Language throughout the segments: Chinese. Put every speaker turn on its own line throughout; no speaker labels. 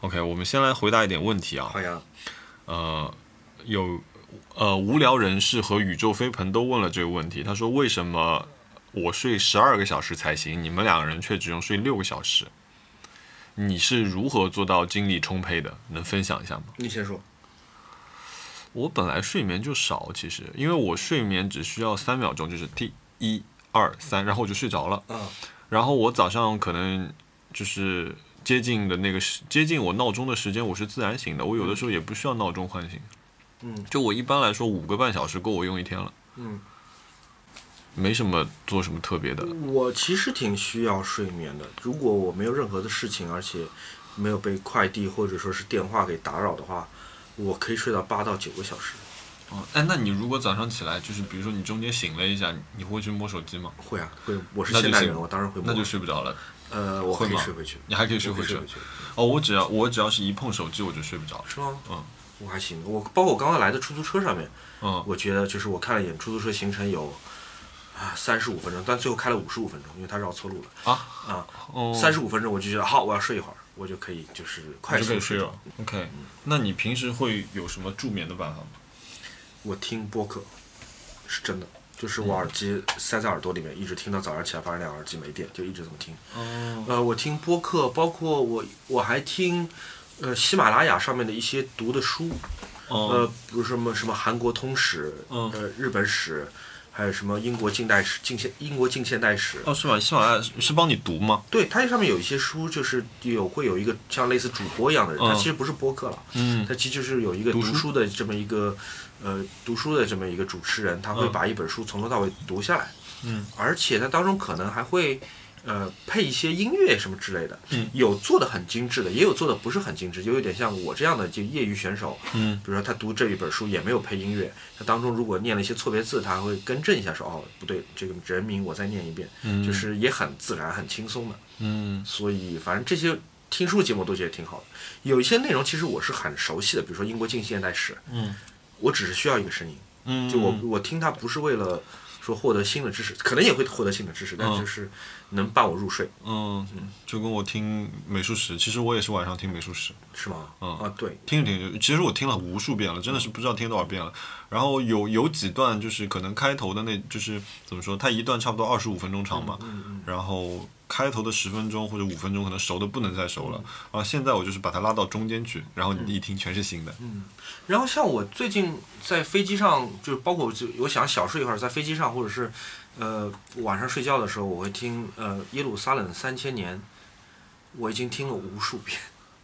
OK，我们先来回答一点问题啊。
好呀，
呃，有呃无聊人士和宇宙飞鹏都问了这个问题，他说为什么我睡十二个小时才行，你们两个人却只用睡六个小时？你是如何做到精力充沛的？能分享一下吗？
你先说。
我本来睡眠就少，其实因为我睡眠只需要三秒钟，就是第一、二、三，然后我就睡着了。
嗯
然后我早上可能就是接近的那个时接近我闹钟的时间，我是自然醒的。我有的时候也不需要闹钟唤醒。
嗯，
就我一般来说五个半小时够我用一天了，
嗯，
没什么做什么特别的。
我其实挺需要睡眠的。如果我没有任何的事情，而且没有被快递或者说是电话给打扰的话，我可以睡到八到九个小时。
哦，哎，那你如果早上起来就是比如说你中间醒了一下，你会去摸手机吗？
会啊，会。我是
那就
现代
行
人，我当然会摸。
那就睡不着了。
呃，我可
会
以
吗
睡回去，
你还可以睡
我可
回
以
去
睡回。去，
哦，我只要我只要是一碰手机我就睡不着。
是吗？
嗯，
我还行。我包括我刚才来的出租车上面，
嗯，
我觉得就是我看了一眼出租车行程有啊三十五分钟，但最后开了五十五分钟，因为他绕错路
啊
了啊。
哦，
三十五分钟我就觉得好，我要睡一会儿，我就可以就是快
就可
速
以睡
着
了。。OK，那你平时会有什么助眠的办法吗？
我听播客是真的，
嗯
就是我耳机塞在耳朵里面，一直听到早上起来发现两个耳机没电，就一直这么听。
哦，
呃，我听播客，包括我我还听呃喜马拉雅上面的一些读的书，
哦
呃，比如什么什么韩国通史，
嗯
呃，日本史，还有什么英国近代史、近现英国近现代史。
哦，是吧？喜马拉雅是是帮你读吗？
对，它上面有一些书，就是有会有一个像类似主播一样的人，他
嗯
其实不是播客了，
嗯
他其实就是有一个
读
读
书
书的这么一个，呃，读书的这么一个主持人，他会
嗯
把一本书从头到尾读下来，
嗯，
而且它当中可能还会。呃，配一些音乐什么之类的，
嗯
有做的很精致的，也有做的不是很精致，就有点像我这样的就业余选手，
嗯，
比如说他读这一本书也没有配音乐，他当中如果念了一些错别字，他还会更正一下说，哦不对，这个人名我再念一遍，
嗯
就是也很自然很轻松的。
嗯
所以反正这些听书节目都觉得挺好的。有一些内容其实我是很熟悉的，比如说英国近现代史，
嗯
我只是需要一个声音，
嗯
就我我听它不是为了说获得新的知识，可能也会获得新的知识，但
嗯
就是能伴我入睡，
嗯，就跟我听美术史，其实我也是晚上听美术史，
是吗？
嗯
啊，对，
听着听着，其实我听了无数遍了，真的是不知道听多少遍了。然后有有几段就是可能开头的那，就是怎么说，它一段差不多二十五分钟长嘛，
嗯
然后开头的十分钟或者五分钟可能熟的不能再熟了，啊，现在我就是把它拉到中间去，然后你一听全是新的，
嗯。然后像我最近在飞机上，就是包括我就我想小睡一会儿，在飞机上或者是呃晚上睡觉的时候，我会听呃《耶路撒冷三千年》，我已经听了无数遍。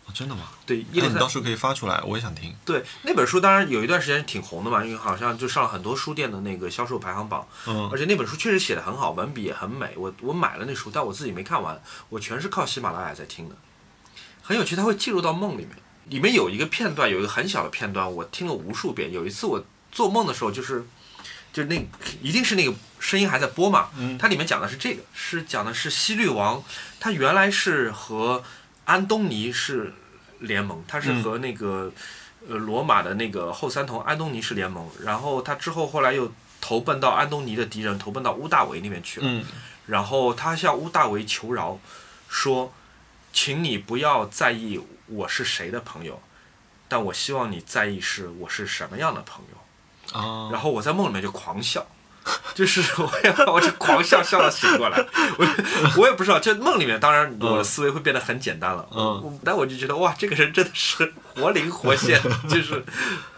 哦真的吗？
对，
那
耶路
你
撒
到时候可以发出来，我也想听。
对，那本书当然有一段时间挺红的嘛，因为好像就上了很多书店的那个销售排行榜，
嗯
而且那本书确实写的很好，文笔也很美。我我买了那书，但我自己没看完，我全是靠喜马拉雅在听的，很有趣。它会进入到梦里面，里面有一个片段，有一个很小的片段，我听了无数遍。有一次我做梦的时候，就是就是那一定是那个声音还在播嘛，
嗯
它里面讲的是这个，是讲的是西律王，他原来是和安东尼是联盟，他是
嗯
和那个、呃罗马的那个后三头安东尼是联盟，然后他之后后来又投奔到安东尼的敌人，投奔到乌大维那边去了。
嗯
然后他向乌大维求饶，说：“请你不要在意我是谁的朋友，但我希望你在意是我是什么样的朋友。”
啊，
然后我在梦里面就狂笑， 就是我也我就狂笑笑到醒过来，我我也不知道，就梦里面当然我的思维会变得很简单了，
嗯
我，但我就觉得哇，这个人真的是活灵活现，就是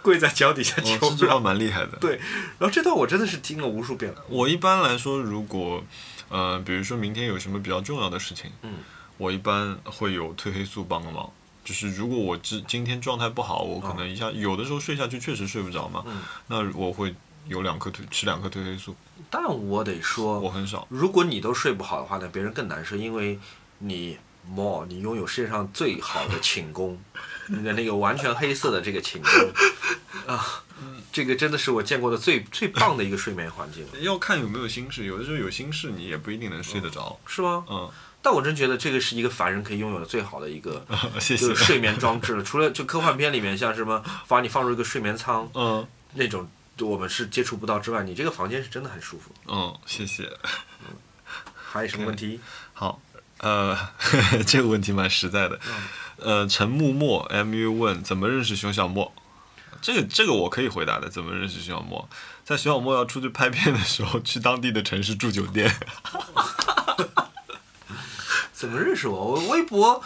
跪在脚底下求
哦，这句话
饶。
蛮厉害的。
对，然后这段我真的是听了无数遍了，
我一般来说，如果呃，比如说明天有什么比较重要的事情，
嗯，
我一般会有褪黑素帮个忙。就是如果我今今天状态不好，我可能一下、有的时候睡下去确实睡不着嘛，
啊嗯
那我会有两颗褪吃两颗褪黑素，
但我得说，
我很少。
如果你都睡不好的话呢，别人更难受，因为你 more，你拥有世界上最好的寝宫，你的那个完全黑色的这个寝宫 啊，这个真的是我见过的最最棒的一个睡眠环境了，
要看有没有心事，有的时候有心事你也不一定能睡得着。
是吗？
嗯，
但我真觉得这个是一个凡人可以拥有的最好的一 个
嗯 谢
就
谢
是。睡眠装 置了。除了就科幻片里面像什么把你放入一个睡眠舱
嗯
那种，我们是接触不到之外，你这个房间是真的很舒服。
嗯，谢谢。
还有什么问题？
好，呃，这个问题蛮实在的。呃，陈木墨 M U 问怎么认识熊小莫？这个这个我可以回答的，怎么认识熊小莫？在熊小莫要出去拍片的时候，去当地的城市住酒店。
怎么认识我？我微博，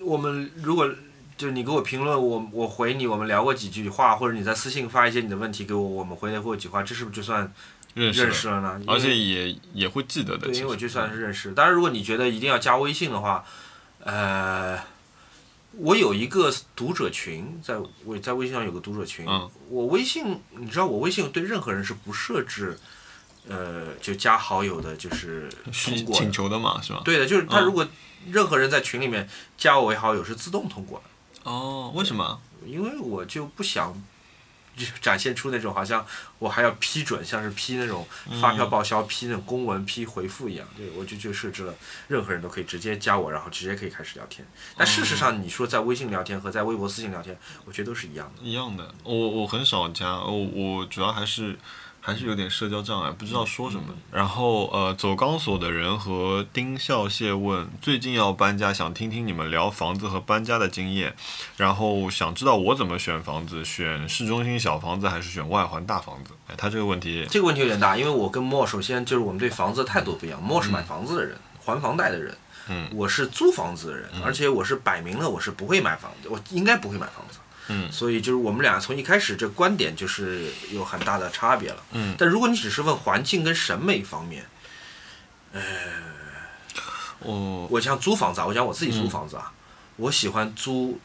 我们如果就你给我评论，我我回你，我们聊过几句话，或者你在私信发一些你的问题给我，我们回过几句话，这是不是就算
认识
认
了，
识了呢？
而
因为
且也也会记得的。
对，
其
因为我
实
就算是认识。当然，如果你觉得一定要加微信的话，呃，我有一个读者群，在我在微信上有个读者群。
嗯
我微信，你知道我微信对任何人是不设置，呃，就加好友的，就是
需
通过
请
的。
求的嘛，是吧？
对的，就是他
嗯
如果任何人在群里面加我为好友是自动通过的，
哦，为什么？
因为我就不想。就 展现出那种好像我还要批准，像是批那种发票报销、批那种公文、批回复一样。对，我就就设置了任何人都可以直接加我，然后直接可以开始聊天。但事实上，你说在微信聊天和在微博私信聊天，我觉得都是一样的。
一样的，我我很少加，我我主要还是还是有点社交障碍，不知道说什么。然后呃，走钢索的人和丁笑谢问，最近要搬家，想听听你们聊房子和搬家的经验，然后想知道我怎么选房子，选市中心小房子还是选外环大房子？哎，他这个问题，
这个问题有点大，因为我跟莫首先就是我们对房子的态度不一样。莫是买房子的人，还房贷的人，
嗯
我是租房子的人，而且我是摆明了我是不会买房子，我应该不会买房子。
嗯
所以就是我们俩从一开始这观点就是有很大的差别了。
嗯
但如果你只是问环境跟审美方面，
哦，嗯
我像租房子啊，我讲我自己租房子啊，我喜欢租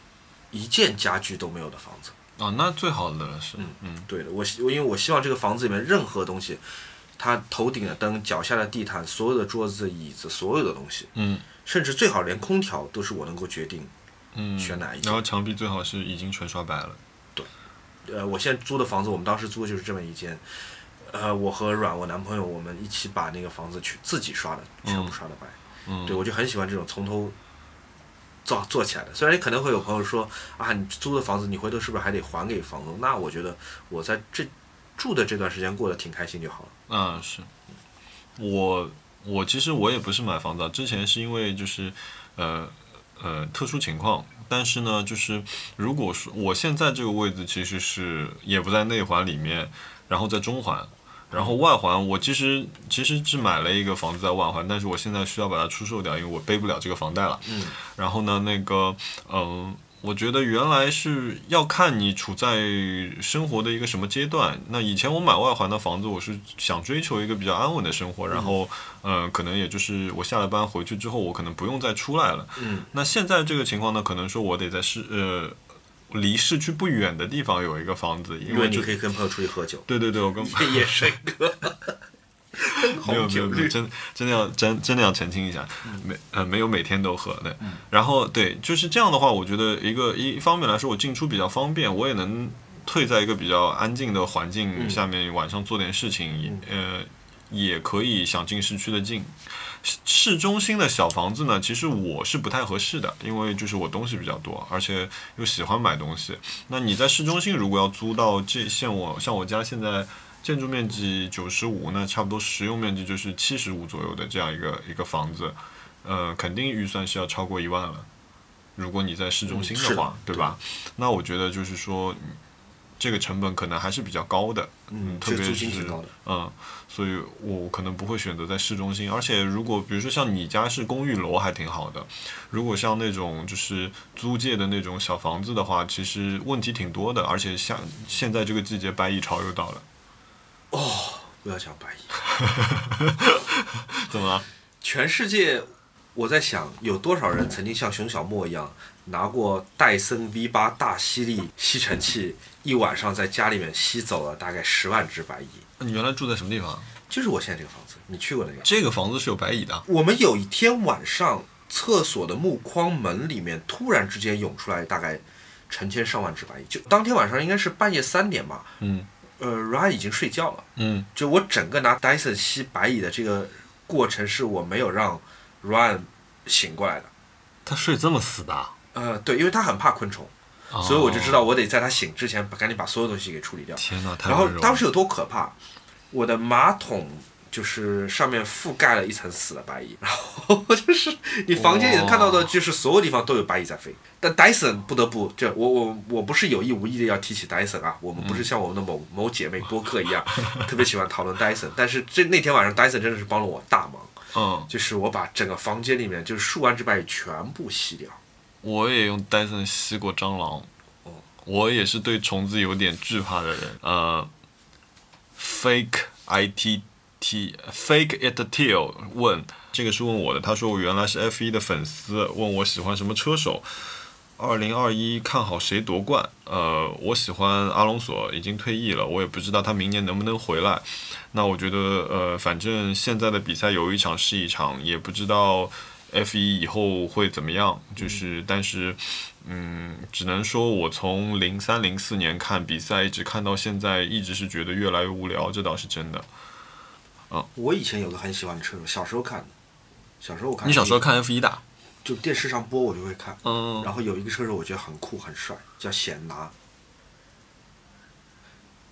一件家具都没有的房子。
哦，那最好的了是，
嗯
嗯
对的，我希我因为我希望这个房子里面任何东西，它头顶的灯、脚下的地毯、所有的桌子、椅子、所有的东西，
嗯
甚至最好连空调都是我能够决定。
嗯，
选哪一种
然后墙壁最好是已经全刷白了，
呃，我现在租的房子，我们当时租的就是这么一间。呃，我和阮，我男朋友，我们一起把那个房子去自己刷的，全部
嗯
刷的白。
嗯，
对，我就很喜欢这种从头造做起来的。虽然可能会有朋友说啊，你租的房子你回头是不是还得还给房东？那我觉得我在这住的这段时间过得挺开心就好了。
啊，是我我其实我也不是买房子啊，之前是因为就是呃呃特殊情况，但是呢，就是如果说我现在这个位置其实是也不在内环里面，然后在中环。然后外环，我其实其实是买了一个房子在外环，但是我现在需要把它出售掉，因为我背不了这个房贷了。
嗯，
然后呢，那个，嗯、我觉得原来是要看你处在生活的一个什么阶段。那以前我买外环的房子，我是想追求一个比较安稳的生活，然后，嗯、可能也就是我下了班回去之后，我可能不用再出来了。
嗯，
那现在这个情况呢，可能说我得在市呃离市区不远的地方有一个房子，因
因为
为
你
就，
可以跟朋友出去喝酒
对对对，我跟
夜 夜笙 歌，
没
灯
有
红
没有
酒
没有，
绿。
真真的要真真的要澄清一下，没呃没有每天都喝对，然后对就是这样的话，我觉得一个一一方面来说，我进出比较方便，我也能退在一个比较安静的环境下面，晚上做点事情，也呃也可以想进市区的进。市市中心的小房子呢，其实我是不太合适的，因为就是我东西比较多，而且又喜欢买东西。那你在市中心如果要租到这像我像我家现在建筑面积九十五，那差不多实用面积就是七十五左右的这样一个一个房子，呃，肯定预算是要超过一万了。如果你在市中心
嗯是
的
的
话，对吧？那我觉得就是说，嗯这个成本可能还是比较高的。
嗯，
特
这
别
租
是
金挺高的。
嗯，所以我可能不会选择在市中心。而且如果比如说像你家是公寓楼，还挺好的。如果像那种就是租界的那种小房子的话，其实问题挺多的。而且像现在这个季节，白蚁潮又到了，
哦，不要讲白蚁，
怎么了？
全世界。我在想，有多少人曾经像熊小莫一样拿过戴森 V 八大吸力吸尘器，一晚上在家里面吸走了大概十万只白蚁？
你原来住在什么地方？啊
就是我现在这个房子，你去过那个？
这个房子是有白蚁的。
我们有一天晚上，厕所的木框门里面突然之间涌出来大概成千上万只白蚁，就当天晚上应该是半夜三点吧，
嗯
呃，Ryan 已经睡觉了，
嗯
就我整个拿 Dyson 吸白蚁的这个过程是我没有让 Ryan 醒过来的，
他睡这么死的啊、
呃，对，因为他很怕昆虫，
哦
所以我就知道我得在他醒之前把赶紧把所有东西给处理掉
哦。。天哪，太
然后
温柔了
当时有多可怕？我的马桶就是上面覆盖了一层死的白蚁， 然后就是你房间里能看到的，就是所有地方都有白蚁在飞。但 Dyson 不得不，这我我我不是有意无意的要提起 Dyson 啊，我们不是像我们的某某姐妹播客一样， 特别喜欢讨论 Dyson，但是这那天晚上 Dyson 真的是帮了我大忙，
嗯，
就是我把整个房间里面就是数万只白蚁全部吸掉。
我也用 Dyson 吸过蟑螂
哦，
我也是对虫子有点惧怕的人。呃，fake it t fake it till 问这个是问我的，他说我原来是 F 1的粉丝，问我喜欢什么车手。二零二一看好谁夺冠？呃，我喜欢阿隆索，已经退役了，我也不知道他明年能不能回来。那我觉得，呃，反正现在的比赛有一场是一场，也不知道 F 一以后会怎么样。就是，但是，嗯，只能说我从零三零四年看比赛，一直看到现在，一直是觉得越来越无聊，这倒是真的。
我以前有个很喜欢的车手，小时候看的，小时候我看
你小时候看 F 一的？
就电视上播我就会看，
嗯
然后有一个车手我觉得很酷很帅，叫显拿，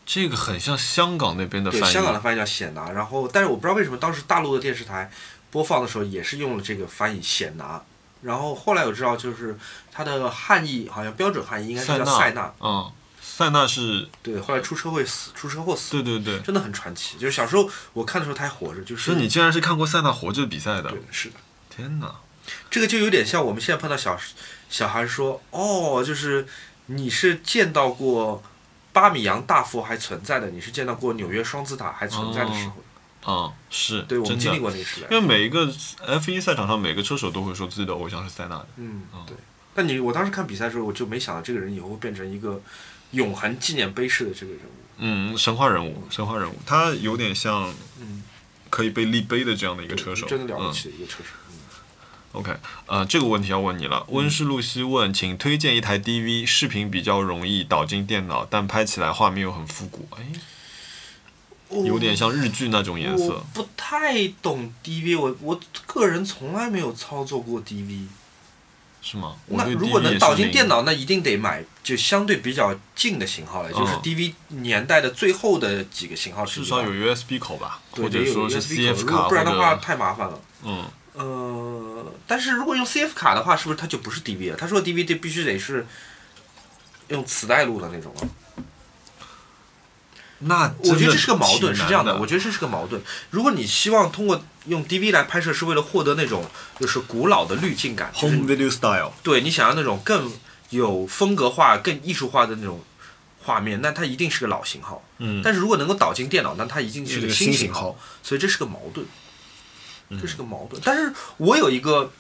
这个很像香港那边的
对，
翻译。
香港的翻译叫显拿，然后但是我不知道为什么当时大陆的电视台播放的时候也是用了这个翻译显拿，然后后来我知道就是它的汉译好像标准汉译应该是
塞
叫
纳。
塞纳，
嗯，塞纳是，
对，后来出车祸死，出车祸死，
对对对。
真的很传奇。就是小时候我看的时候他还活着，就是
所以你竟然是看过塞纳活着比赛的
对？是的，
天哪！
这个就有点像我们现在碰到小小孩说哦，就是你是见到过巴米扬大佛还存在的，你是见到过纽约双子塔还存在的时候，
嗯，是，
对我们
真
经
的
历。过那个时代
因。为每一个 F 一赛场上，每个车手都会说自己的偶像是塞纳的。
嗯，对。但你我当时看比赛的时候，我就没想到这个人以后会变成一个永恒纪念碑式的这个人物。
嗯，神话人物，神话人物，他有点像
嗯，
可以被立碑的这样的一个车手，
真的了不
嗯
起的一个车手。嗯
OK，呃，这个问题要问你了。温室露西问，请推荐一台 DV，视频比较容易导进电脑，但拍起来画面又很复古，哎，
哦
有点像日剧那种颜
嗯我
色。
不太懂 DV，我我个人从来没有操作过 DV。
是吗？我
那
对
如果
DV 也
能
是
导进
零
电，脑，那一定得买就相对比较近的型号了，就是
嗯
DV 年代的最后的几个型号是
至
一
少
样的，
有 USB 口吧，
对
或者
得有
说是
USB 口
CF
如果
卡，
不
或
然的话
者
太麻烦了。
嗯，
呃，但是如果用 CF 卡的话，是不是它就不是 DV 了？他说 DV 得必须得是用磁带录的那种了。啊
那
我
真
觉得
的
这是个矛
挺
盾，是
难
这样
的
的，，我觉得这是个矛盾。如果你希望通过用 DV 来拍摄，是为了获得那种就是古老的滤镜感，就是
Home Video Style，
对你想要那种更有风格化、更艺术化的那种画面，那它一定是个老型号。
嗯，
但是如果能够导进电脑，那它一定是
是
个
个嗯
新
新
型
型
号
号，
所以这是个矛盾，这是个矛盾。但是我有一个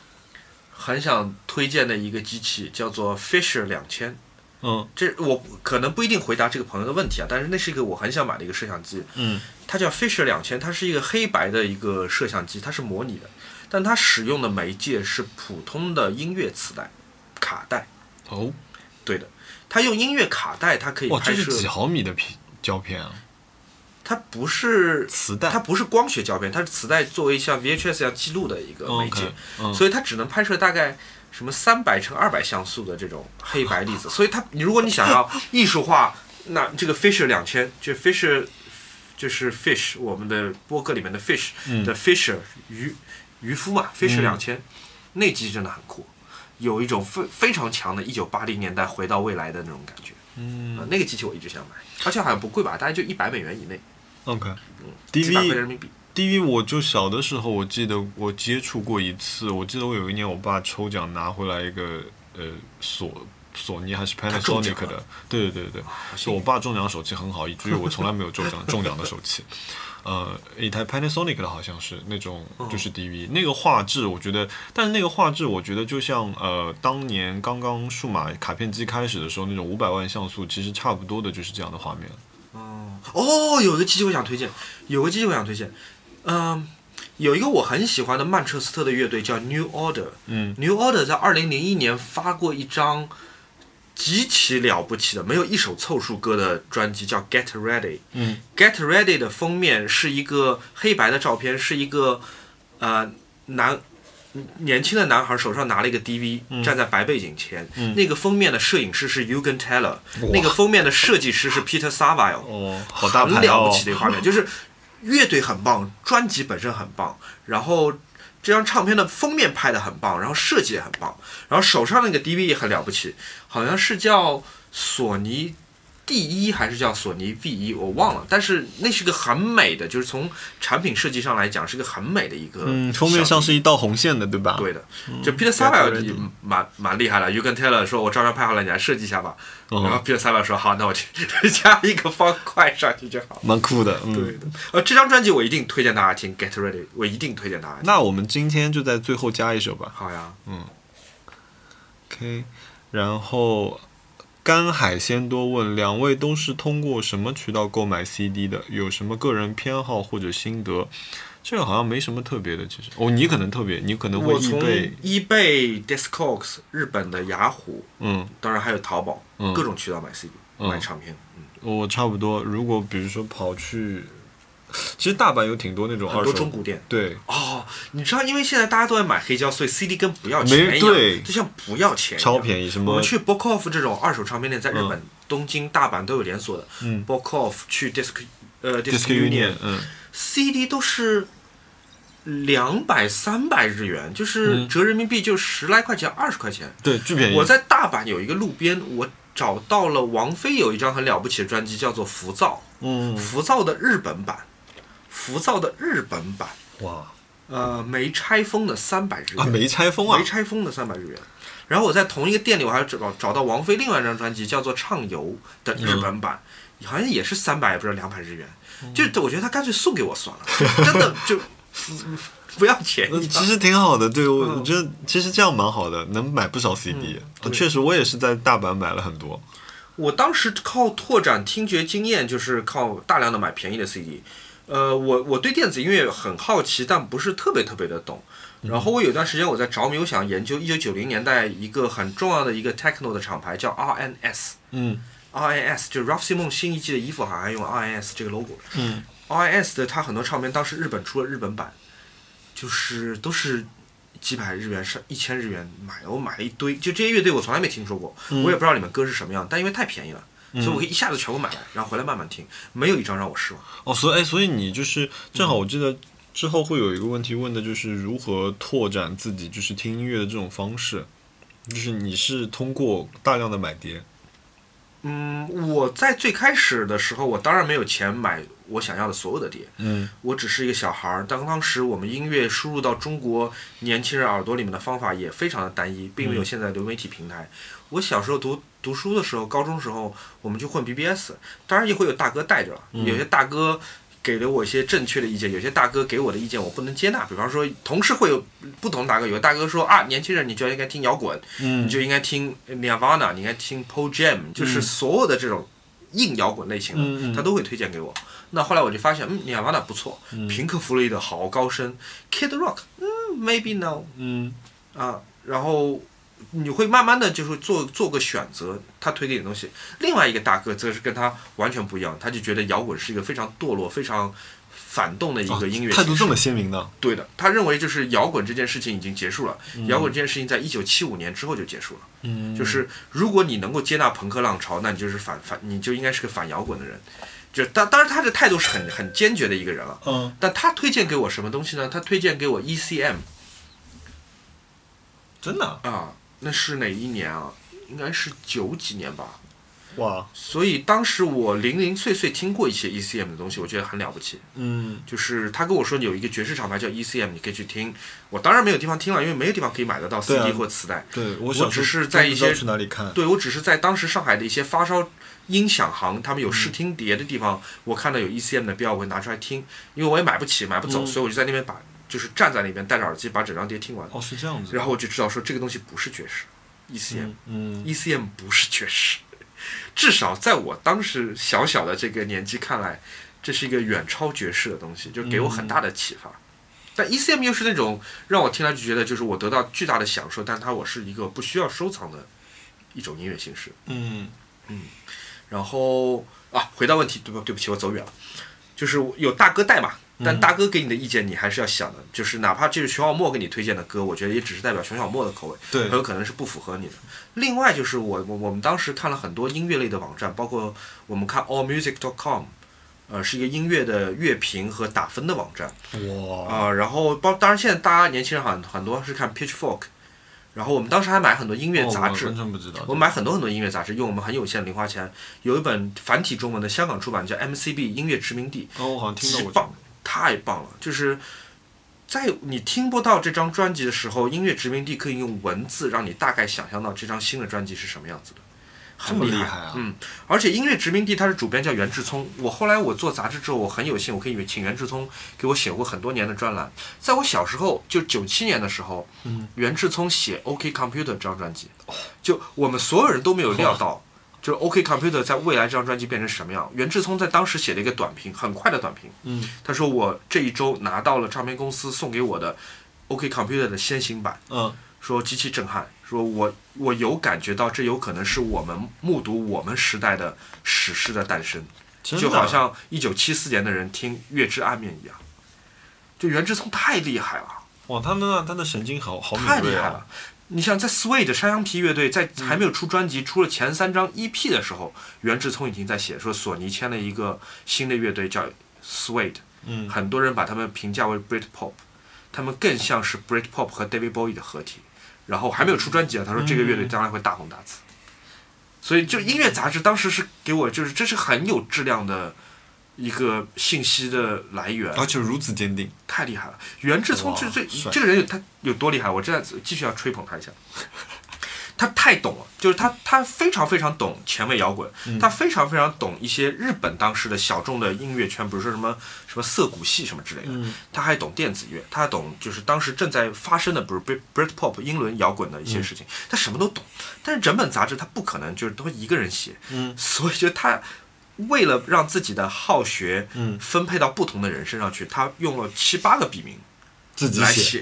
很想推荐的一个机器，叫做 Fisher 两千。
嗯
这我可能不一定回答这个朋友的问题啊，但是那是一个我很想买的一个摄像机，
嗯
它叫 Fisher 两千，它是一个黑白的一个摄像机，它是模拟的，但它使用的媒介是普通的音乐磁带卡带，
哦，
对的，它用音乐卡带，它可以
哇，
拍
这是几
摄，
毫米的片胶片啊？
它不是
磁带，
它不是光学胶片，它是磁带作为像 VHS 一样记录的一个媒介
OK，嗯
所以它只能拍摄大概什么三百乘二百像素的这种黑白粒 子。所以它，你如果你想要艺术化，那这个 Fisher 两千，就 Fisher 就是 Fish 我们的播客里面的 Fish
嗯
的 Fisher 渔渔夫嘛
嗯
，Fisher 两千、那机真的很酷，有一种非非常强的1980年代回到未来的那种感觉。
嗯
呃那个机器我一直想买，而且好像不贵吧，大概就一百美元以内，几百块人
，OK，DV
民币。
DV，我就小的时候，我记得我接触过一次，我记得我有一年我爸抽奖拿回来一个呃索索尼还是
他中奖
Panasonic
了
的，对对对对，是我爸中奖手气很好，以至于我从来没有中 奖中奖的手气。呃，一台 Panasonic 的好像是那种
嗯
就是 DV，、那个画质我觉得，但是那个画质我觉得就像呃当年刚刚数码卡片机开始的时候那种五百万像素，其实差不多的就是这样的画面。
哦，有个机器我想推荐，有个机器我想推荐，嗯，有一个我很喜欢的曼彻斯特的乐队叫 New Order。
嗯
New Order 在二零零一年发过一张极其了不起的、没有一首凑数歌的专辑，叫《Get Ready》。
嗯，
Get Ready 的封面是一个黑白的照片，是一个呃男年轻的男孩手上拿了一个 DV，、站
嗯
在白背景前。那个封面的摄影师是 Eugen Teller，那个封面的设计师是 Peter Saville。
哦，好大牌
很了
哦
不起的一个画面，就是乐队很棒，专辑本身很棒，然后这张唱片的封面拍的很棒，然后设计也很棒，然后手上那个 DV 也很了不起，好像是叫索尼 D 一还是叫索尼 V 一，我忘了，但是那是个很美的，就是从产品设计上来讲是个很美的一个小 DV。
嗯，封面上是一嗯道红线的，对吧？
对的，就 Peter
Get
Saville
ready
也蛮蛮厉害了。You can tell her 说，我照片拍好了，你来设计一下吧。
嗯
然后 Peter Saville 说，好，那我去 加一个方块上去就好。
蛮酷的。嗯、
对的，呃，这张专辑我一定推荐大家听，Get Ready，我一定推荐大家听。
那我们今天就在最后加一首吧。
好呀，
OK，然后干海鲜多问两位都是通过什么渠道购买 CD 的？有什么个人偏好或者心得？这个好像没什么特别的，其实哦，你可能特别，你可能会
我
易
从
被，
eBay、Discogs、日本的雅虎，
嗯，
当然还有淘宝，
嗯
各种渠道买 CD、
嗯
买唱片。嗯
我差不多。如果比如说跑去，其实大阪有挺多那种
很
二
多
手，
中古店。
对，
哦，你知道，因为现在大家都在买黑胶，所以 CD 跟不要
没
钱一
对
样，就像不要钱一样。
超便宜，什
我
么
们去 Book Off 这种二手唱片店，在日本、东京、大阪都有连锁的。
嗯
Book Off 去 Disc 呃
Disc
Disc
Union，嗯，
CD 都是两百三百日元，就是
嗯
折人民币就十来块钱、二十块钱。
对，巨便宜。
我在大阪有一个路边，我找到了王菲有一张很了不起的专辑，叫做《浮躁》，
嗯，
《
嗯
浮躁》的日本版，《浮躁》的日本版，
哇
呃，没拆封的三百日元。
啊，没拆封啊
没，拆封的三百日元。然后我在同一个店里，我还找找到王菲另外一张专辑，叫做《畅游》的
嗯
日本版，好像也是三百，也不知道两百日元。
嗯
就我觉得他干脆送给我算了， 真的就不要钱。
嗯，其实挺好的，对我我觉得其实这样蛮好的，能买不少 CD、啊。
嗯对
确实，我也是在大阪买了很多。
我当时靠拓展听觉经验，就是靠大量的买便宜的 CD。呃，我我对电子音乐很好奇，但不是特别特别的懂。
嗯
然后我有段时间我在着迷，我想研究一九九零年代一个很重要的一个 techno 的厂牌叫 RNS。
嗯
RIS 就是 Ralph Simon 新一季的衣服好像还用 RIS 这个 logo。
嗯
RIS 的它很多唱片当时日本出了日本版，就是都是几百日元上一千日元买的，我买了一堆。就这些乐队我从来没听说过，我也不知道里面歌是什么样，但因为太便宜了，所以我可以一下子全部买来，然后回来慢慢听，没有一张让我失望。
哦，所以哎，所以你就是正
嗯
好，我记得之后会有一个问题问的，就是如何拓展自己就是听音乐的这种方式，就是你是通过大量的买碟，
嗯，我在最开始的时候，我当然没有钱买我想要的所有的碟，
嗯
我只是一个小孩儿，但当时我们音乐输入到中国年轻人耳朵里面的方法也非常的单一，并没有现在流媒体平台。我小时候读读书的时候，高中时候我们就混 BBS，当然也会有大哥带着了，有些大哥。给了我一些正确的意见，有些大哥给我的意见我不能接纳。比方说，同事会有不同的大哥，有的大哥说啊，年轻人你就应该听摇滚，
嗯
你就应该听 Nirvana，你应该听 Pearl Jam，就是所有的这种硬摇滚类型的，
嗯嗯
他都会推荐给我。那后来我就发现，嗯，Nirvana 不错，平克·弗洛伊德好高深，Kid Rock，嗯，Maybe No
嗯
啊，然后你会慢慢的就是做做个选择，他推给你的东西。另外一个大哥则是跟他完全不一样，他就觉得摇滚是一个非常堕落、非常反动的一个音乐、
啊哦态度这么鲜明的，
对的，他认为就是摇滚这件事情已经结束了，摇滚这件事情在一九七五年之后就结束了。
嗯
就是如果你能够接纳朋克浪潮，那你就是反反，你就应该是个反摇滚的人。就当当然他的态度是很很坚决的一个人了。
嗯
但他推荐给我什么东西呢？他推荐给我 E ECM
真的啊
啊，那是哪一年啊？应该是九几年吧。
哇，
所以当时我零零碎碎听过一些 ECM 的东西，我觉得很了不起。
嗯
就是他跟我说有一个爵士厂牌叫 ECM，你可以去听。我当然没有地方听了，因为没有地方可以买得到
对啊
CD 或磁带。
对我
我
小时
只
候
是
真
在
不
一
知道
些
去哪里看，
对，我只是在当时上海的一些发烧音响行，他们有试听碟的地方，我看到有 ECM 的标，我会拿出来听，因为我也买不起，买不走，
嗯
所以我就在那边把，就是站在那边戴着耳机把整张碟听完，
哦是这样子，
然后我就知道说这个东西不是爵士，ECM，ECM、，E
嗯嗯
ECM 不是爵士，至少在我当时小小的这个年纪看来，这是一个远超爵士的东西，就给我很大的启发。但 ECM 又是那种让我听来就觉得就是我得到巨大的享受，但它我是一个不需要收藏的一种音乐形式。
嗯
然后啊，回到问题，对不对不起，我走远了，就是有大哥带嘛，但大哥给你的意见你还是要想的，就是哪怕这是熊小莫给你推荐的歌，我觉得也只是代表熊小莫的口味，
对呃
很有可能是不符合你的。另外就是我我我们当时看了很多音乐类的网站，包括我们看 allmusic.com，呃，是一个音乐的乐评和打分的网站
哇，
啊、然后包当然现在大家年轻人很很多是看 Pitchfork，然后我们当时还买很多音乐
哦
杂
我
志，
真真不知道。
我买很多很多音乐杂志，用我们很有限的零花钱，有一本繁体中文的香港出版叫《MCB 音乐殖民地》，
哦，我好像听到
极
过这个
棒，太棒了！就是在你听不到这张专辑的时候，音乐殖民地可以用文字让你大概想象到这张新的专辑是什么样子的，
这
很
么
厉
厉
害。
害啊！
嗯，而且音乐殖民地它是主编叫袁志聪，我后来我做杂志之后，我很有幸我可以请袁志聪给我写过很多年的专栏。在我小时候，就九七年的时候，
嗯哦
袁志聪写《OK Computer》这张专辑，就我们所有人都没有料到，就是 OK Computer 在未来这张专辑变成什么样。袁志聪在当时写了一个短评，很快的短评，
嗯，
他说我这一周拿到了唱片公司送给我的 OK Computer 的先行版。
嗯，
说极其震撼，说我我有感觉到这有可能是我们目睹我们时代的史诗的诞生，
真的啊
就好像一九七四年的人听《月之暗面》一样。就袁志聪太厉害了，
哇，他那他的神经好好敏
太厉
锐
害
啊！嗯
了！你想，在 Suede 山羊皮乐队在还没有出专辑，出了前三张 EP 的时候，袁志聪已经在写说索尼签了一个新的乐队叫 Suede，
嗯，
很多人把他们评价为 Brit Pop，他们更像是 Brit Pop 和 David Bowie 的合体。然后还没有出专辑啊，他说这个乐队将来会大红大紫。所以就音乐杂志当时是给我就是这是很有质量的一个信息的来源，
而且如此坚定。
太厉害了。袁志聪
哇
这这
帅
这个人有他有多厉害，我这样子继续要吹捧他一下。他太懂了，就是他，他非常非常懂前卫摇滚，
嗯
他非常非常懂一些日本当时的小众的音乐圈，比如说什么什么涩谷系什么之类的，
嗯
他还懂电子乐，他还懂就是当时正在发生的，比如 Brit Brit Pop 英伦摇滚的一些事情，
嗯
他什么都懂。但是整本杂志他不可能就是都一个人写，
嗯
所以就他为了让自己的好学
嗯，
分配到不同的人身上去，他用了七八个笔名
自己
来
写。
写，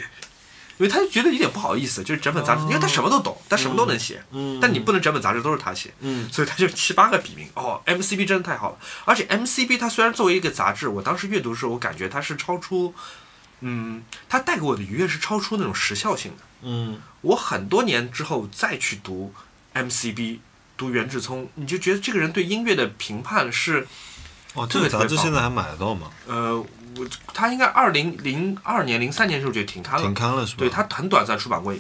因为他就觉得有点不好意思，就是整本杂志，因为他什么都懂，他什么都能写，
哦嗯，
但你不能整本杂志都是他写，
嗯
所以他就七八个笔名。哦，MCB 真的太好了，而且 MCB 它虽然作为一个杂志，我当时阅读的时候，我感觉它是超出，嗯，它带给我的愉悦是超出那种时效性的。
嗯，
我很多年之后再去读 MCB，读袁志聪，你就觉得这个人对音乐的评判是。
哇，这个
特别特
杂
别
志
棒
现在还买得到吗？
呃，我他应该二零零二年、零三年的时候就停刊
停
了，
刊了是吧？
啊对他很短暂出版过一，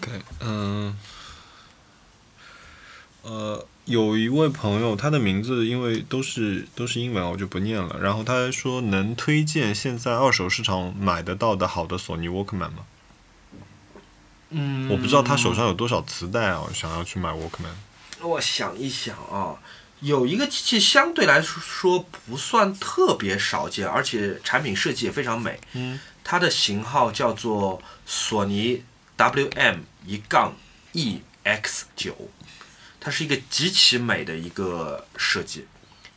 对，嗯，呃，有一位朋友，他的名字因为都是都是英文啊，我就不念了。然后他说，能推荐现在二手市场买得到的好的索尼 Walkman 吗？
嗯
我不知道他手上有多少磁带啊，想要去买 Walkman。
我想一想啊，有一个机器相对来说不算特别少见，而且产品设计也非常美。
嗯，
它的型号叫做索尼 WM 一杠 EX 九，它是一个极其美的一个设计。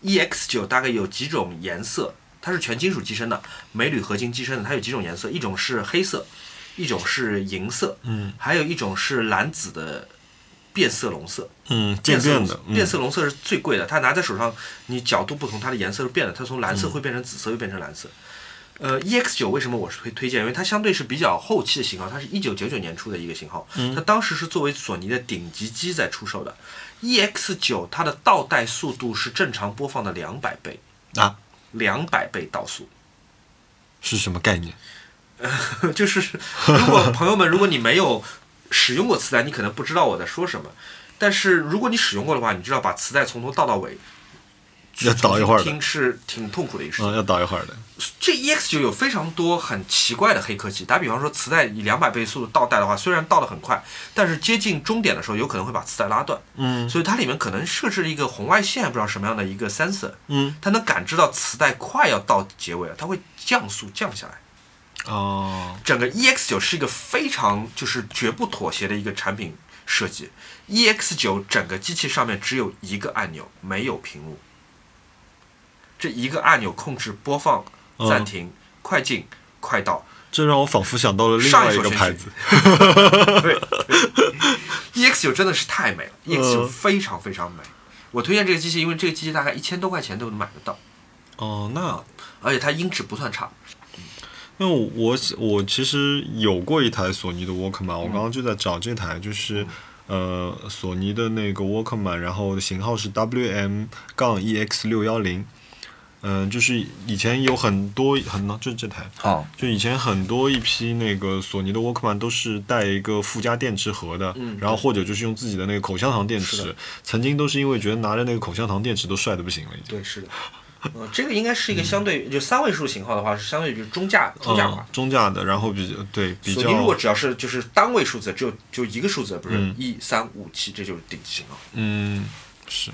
EX 九大概有几种颜色，它是全金属机身的，镁铝合金机身的，它有几种颜色，一种是黑色，一种是银色，
嗯，
还有一种是蓝紫的变色龙色。
嗯，渐
变色
变
龙
的，嗯
变色龙色是最贵的，它拿在手上，你角度不同，它的颜色是变的，它从蓝
嗯
色会变成紫色，又变成蓝色。呃，EX 九为什么我是推推荐？因为它相对是比较后期的型号，它是一九九九年出的一个型号，
嗯
它当时是作为索尼的顶级机在出售的。EX 九它的倒带速度是正常播放的两百倍，
啊，
两百倍倒速。
是什么概念？
就是 如果朋友们，如果你没有使用过磁带，你可能不知道我在说什么。但是如果你使用过的话，你知道把磁带从头倒到尾，
要倒一会儿的
听是挺痛苦的一个事情。
嗯，要倒一会儿的。
这 EX 九有非常多很奇怪的黑科技，打比方说磁带以两百倍速度倒带的话，虽然倒得很快，但是接近终点的时候有可能会把磁带拉断，
嗯
所以它里面可能设置了一个红外线，不知道什么样的一个 sensor，
嗯，
它能感知到磁带快要到结尾了，它会降速降下来。
哦，
整个 EX 九是一个非常就是绝不妥协的一个产品设计。EX 九整个机器上面只有一个按钮，没有屏幕。这一个按钮控制播放、
嗯
暂停、快进、快到。
这让我仿佛想到了另
上一
外一
首
个
选
牌
曲
子。
对，EX 九真的是太美了，EX 九
嗯
非常非常美。我推荐这个机器，因为这个机器大概一千多块钱都能买得到，
哦，那
而且它音质不算差。
因为我我其实有过一台索尼的 Walkman，我刚刚就在找这台，就是
嗯
呃索尼的那个 Walkman，然后型号是 WM 杠 EX E 六幺零，嗯、就是以前有很多很就是这台，
哦，
就以前很多一批那个索尼的 Walkman 都是带一个附加电池盒的，然后或者就是用自己的那个口香糖电
嗯是
池，曾经都是因为觉得拿着那个口香糖电池都帅的不行了，已经。
对，是的。嗯，这个应该是一个相对，就三位数型号的话，是相对于中价中价款
嗯。、中价的，然后比较对比
索
较
尼如果只要是就是单位数字，只有就一个数字，不是一三五七，这就是顶级型号。
嗯是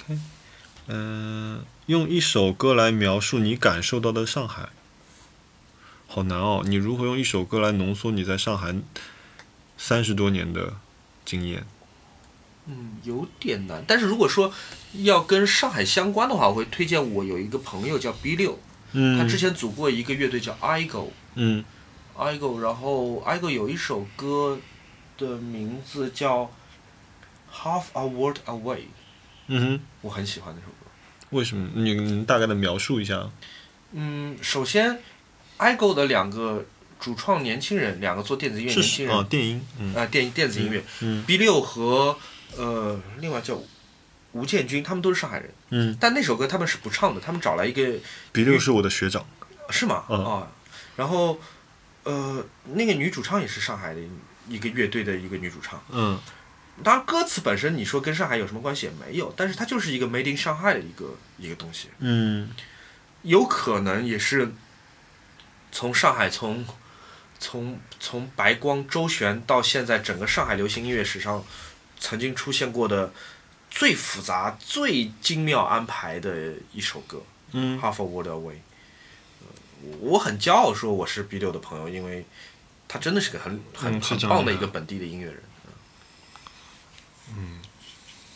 ，OK，嗯、用一首歌来描述你感受到的上海，好难哦！你如何用一首歌来浓缩你在上海三十多年的经验？
嗯，有点难。但是如果说要跟上海相关的话，我会推荐我有一个朋友叫 B 六，他
嗯
之前组过一个乐队叫 Igo。
嗯
Igo，然后 Igo 有一首歌的名字叫《Half a World Away》，
嗯哼，
我很喜欢那首歌。
为什么？你你大概的描述一下？
嗯，首先，Igo 的两个主创年轻人，两个做电子音乐
是
年
是
轻人，
啊，电音，嗯
呃，电电子音乐、
嗯
b 六和呃，另外叫吴建军，他们都是上海人，
嗯，
但那首歌他们是不唱的，他们找来一个
比六是我的学长，
是吗？
嗯
啊，然后呃，那个女主唱也是上海的一个乐队的一个女主唱。
嗯
当然，歌词本身你说跟上海有什么关系也没有，但是它就是一个 Made in 上海的一个一个东西，
嗯
有可能也是从上海从从从白光周旋到现在整个上海流行音乐史上曾经出现过的最复杂、最精妙安排的一首歌《
嗯
Half a World Away》呃。我很骄傲说我是 B 六的朋友，因为他真的是个很很
嗯是
很
这样
棒的
的
一个本地的音乐人。嗯，
嗯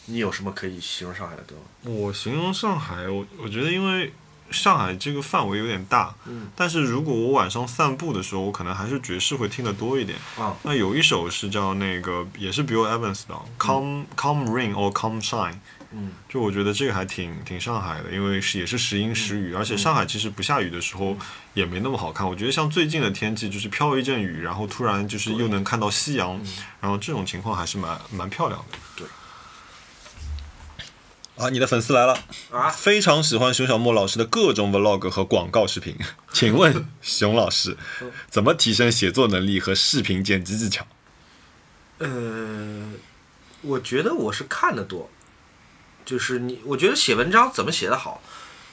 你有什么可以形容上海的歌吗？
我形容上海，我我觉得因为上海这个范围有点大，
嗯
但是如果我晚上散步的时候，我可能还是爵士会听得多一点。
啊，
那有一首是叫那个，也是 Bill Evans 的《Come、Come Rain or Come Shine》，
嗯，
就我觉得这个还挺挺上海的，因为是也是时阴时雨，而且上海其实不下雨的时候也没那么好看。我觉得像最近的天气，就是飘一阵雨，然后突然就是又能看到夕阳，然后这种情况还是蛮蛮漂亮的。
对。
啊，你的粉丝来了
啊
非常喜欢熊小莫老师的各种 vlog 和广告视 频。请问熊老师，怎么提升写作能力和视频剪辑技巧？
呃，我觉得我是看得多，就是你，我觉得写文章怎么写的好，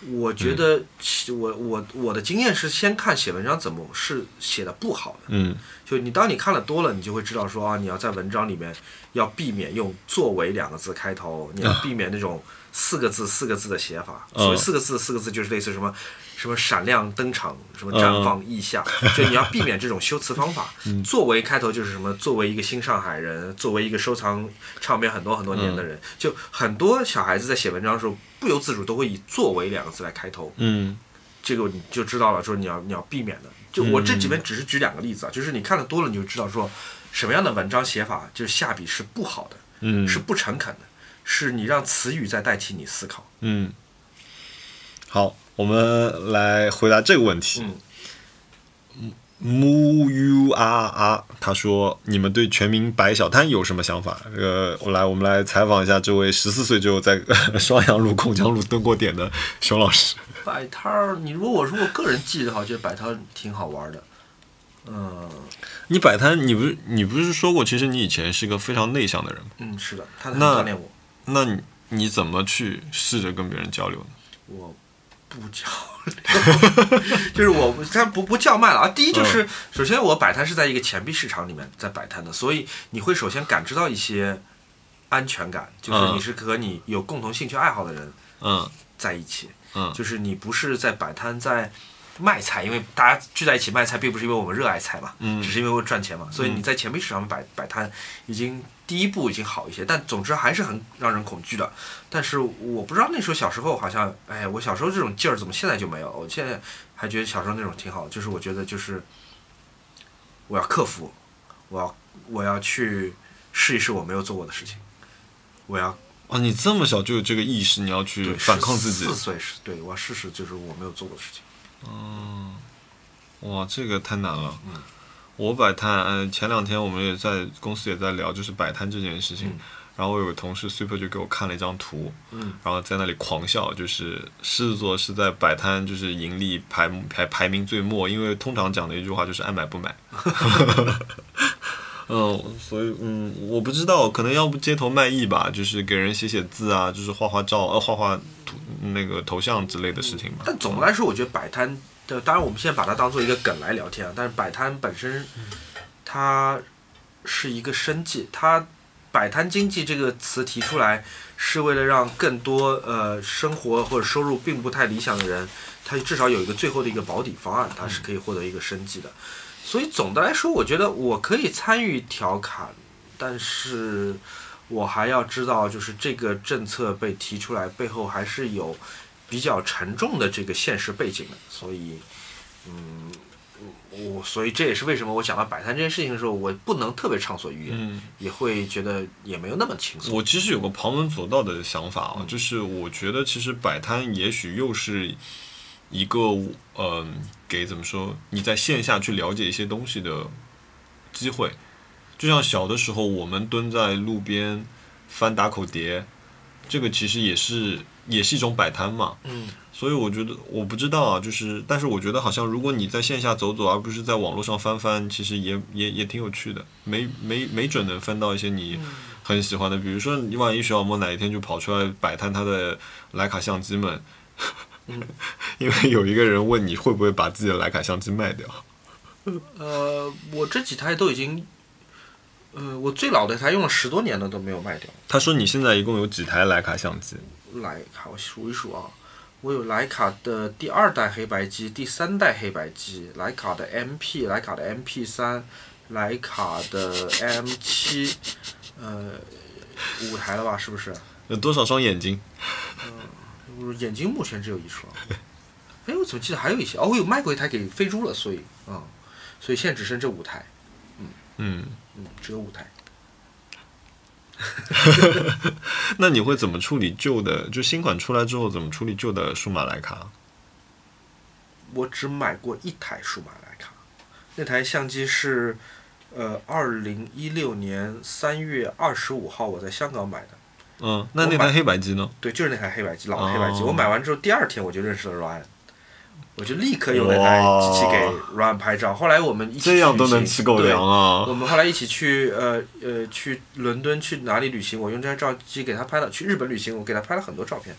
我觉得写我我我的经验是先看写文章怎么是写的不好的，
嗯
就你当你看了多了，你就会知道说啊，你要在文章里面要避免用“作为”两个字开头，你要避免那种四个字四个字的写法。所谓四个字四个字，就是类似什么什么闪亮登场，什么绽放意象，
嗯
就你要避免这种修辞方 法。作为开头就是什么？作为一个新上海人，作为一个收藏唱片很多很多年的
嗯
人，就很多小孩子在写文章的时候，不由自主都会以“作为”两个字来开头。
嗯
这个你就知道了，说你要你要避免的。就我这几边只是举两个例子啊，就是你看的多了，你就知道说什么样的文章写法就是下笔是不好的，
嗯
是不诚恳的，是你让词语在代替你思考。
嗯，好，我们来回答这个问题。m u r r，他说：“你们对全民摆小摊有什么想法？”这个，我来，我们来采访一下这位十四岁就在双阳路、控江路蹲过点的熊老师。
摆摊儿，你如果我如果个人记忆的话，我觉得摆摊儿挺好玩的。嗯
你摆摊，你不是你不是说过，其实你以前是个非常内向的人吗？
嗯，是的，他很
那
锻炼我，
那你你怎么去试着跟别人交流呢？
我不交流， 就是我他不不叫卖了啊。第
嗯
一就是，首先我摆摊是在一个钱币市场里面在摆摊的，所以你会首先感知到一些安全感，就是
嗯
你是和你有共同兴趣爱好的人
嗯
在一起，
嗯
就是你不是在摆摊在。卖菜，因为大家聚在一起卖菜，并不是因为我们热爱菜嘛，
嗯
只是因为我赚钱嘛，所以你在钱币市场摆摆摊，已经第一步已经好一些，但总之还是很让人恐惧的。但是我不知道那时候小时候好像，哎，我小时候这种劲儿怎么现在就没有？我现在还觉得小时候那种挺好的，就是我觉得就是我要克服，我要我要去试一试我没有做过的事情，我要
啊，你这么小就有这个意识，你要去反抗自己
四。岁是对我要试试，就是我没有做过的事情。嗯
哇，这个太难了。我摆摊，嗯，前两天我们也在公司也在聊，就是摆摊这件事情。
嗯
然后我有个同事 Super 就给我看了一张图，
嗯，
然后在那里狂笑，就是狮子座是在摆摊，就是盈利排排排名最末，因为通常讲的一句话就是爱买不 买。嗯，所以嗯，我不知道，可能要不街头卖艺吧，就是给人写写字啊，就是画画照，呃，画画图那个头像之类的事情吧。
但总的来说，我觉得摆摊的，当然我们现在把它当做一个梗来聊天啊，但是摆摊本身，它是一个生计，它摆摊经济这个词提出来是为了让更多呃生活或者收入并不太理想的人，他至少有一个最后的一个保底方案，他
嗯
是可以获得一个生计的。所以总的来说，我觉得我可以参与调侃，但是我还要知道，就是这个政策被提出来背后还是有比较沉重的这个现实背景的，所以，嗯，我所以这也是为什么我讲到摆摊这件事情的时候，我不能特别畅所欲言，
嗯，
也会觉得也没有那么轻松。
我其实有个旁门左道的想法啊，就是我觉得其实摆摊也许又是一个嗯、给怎么说你在线下去了解一些东西的机会。就像小的时候我们蹲在路边翻打口碟，这个其实也是也是一种摆摊嘛。
嗯，
所以我觉得我不知道啊，就是但是我觉得好像如果你在线下走走，而不是在网络上翻翻，其实也也也挺有趣的，没没没准能翻到一些
嗯
你很喜欢的，比如说你万一徐小莫哪一天就跑出来摆摊他的徕卡相机们，
嗯
因为有一个人问你会不会把自己的徕卡相机卖掉，
呃，我这几台都已经，呃，我最老的台用了十多年了都没有卖掉。
他说你现在一共有几台徕卡相机？
徕卡，我数一数啊，我有徕卡的第二代黑白机、第三代黑白机，徕卡的 MP，徕卡的 MP 三，徕卡的 M 七，呃，五台了吧？是不是？
有多少双眼睛？
我眼睛目前只有一双。哎，我怎么记得还有一些？哦，我有卖过一台给飞猪了，所以啊、嗯所以现在只剩这五台，
嗯，
嗯，只有五台。
那你会怎么处理旧的？就新款出来之后怎么处理旧的数码徕卡？
我只买过一台数码徕卡，那台相机是，呃，二零一六年三月二十五号我在香港买的，
嗯，那
我
那
买
台黑白机呢？
对，就是那台黑白机，老的黑白机。
哦
我买完之后第二天我就认识了 Ryan，我就立刻用那台机器给 Ryan 拍照。后来我们一起去
这样都能
旅行
吃狗粮。
对我
啊！
们后来一起去呃呃去伦敦去哪里旅行，我用这台照机给他拍了。去日本旅行，我给他拍了很多照片，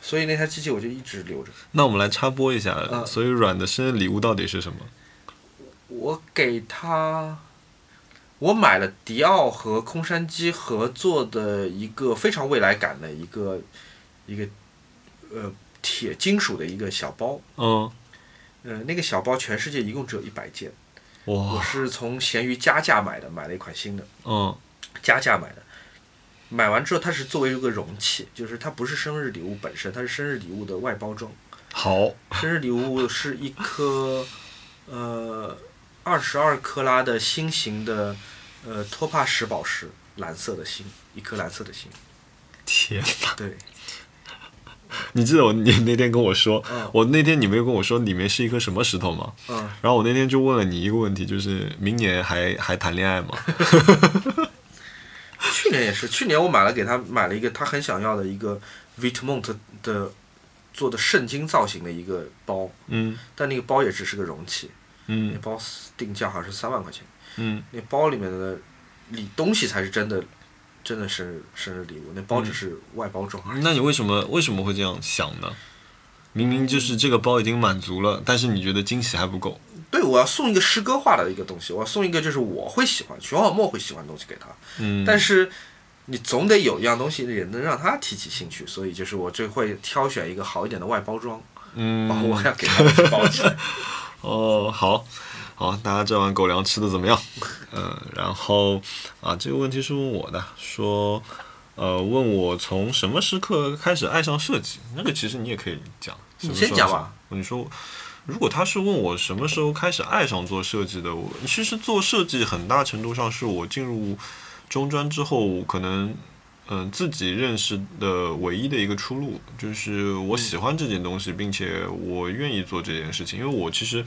所以那台机器我就一直留着。
那我们来插播一下，
嗯
所以软的生日礼物到底是什么？
我给他，我买了迪奥和空山鸡合作的一个非常未来感的一个一个呃铁金属的一个小包，
嗯，
呃，那个小包全世界一共只有一百件，我
哇，
是从闲鱼加价买的，买了一款新的
嗯
加价买的。买完之后，它是作为一个容器，就是它不是生日礼物本身，它是生日礼物的外包装。
好，
生日礼物是一颗呃二十二克拉的心形的呃托帕石宝石，蓝色的心，一颗蓝色的心。
天哪！
对，
你记得我你那天跟我说
嗯，
我那天你没有跟我说里面是一颗什么石头吗？
嗯，
然后我那天就问了你一个问题，就是明年还还谈恋爱吗？
去年也是，去年我买了给他买了一个他很想要的一个 Vitmont 的做的圣经造型的一个包，
嗯
但那个包也只是个容器，那
嗯
包定价好像是三万块钱，
嗯，
那包里面的里东西才是真的。真的生日生日礼物，那包只是外包装而已。
那你为什么为什么会这样想呢？嗯明明就是这个包已经满足了，但是你觉得惊喜还不够。
对，我要送一个诗歌化的一个东西，我要送一个就是我会喜欢，徐小莫会喜欢的东西给他。
嗯，
但是你总得有一样东西也能让他提起兴趣，所以就是我就会挑选一个好一点的外包装，
嗯
然后我要给他的包起来。
哦，好，好，大家这碗狗粮吃的怎么样？ 嗯，然后啊，这个问题是问我的，说，呃，问我从什么时刻开始爱上设计？那个其实你也可以讲，什么
先
时候
讲
是
吧。
你说，如果他是问我什么时候开始爱上做设计的，我其实做设计很大程度上是我进入中专之后，可能嗯，自己认识的唯一的一个出路，就是我喜欢这件东西，并且我愿意做这件事情。因为我其实，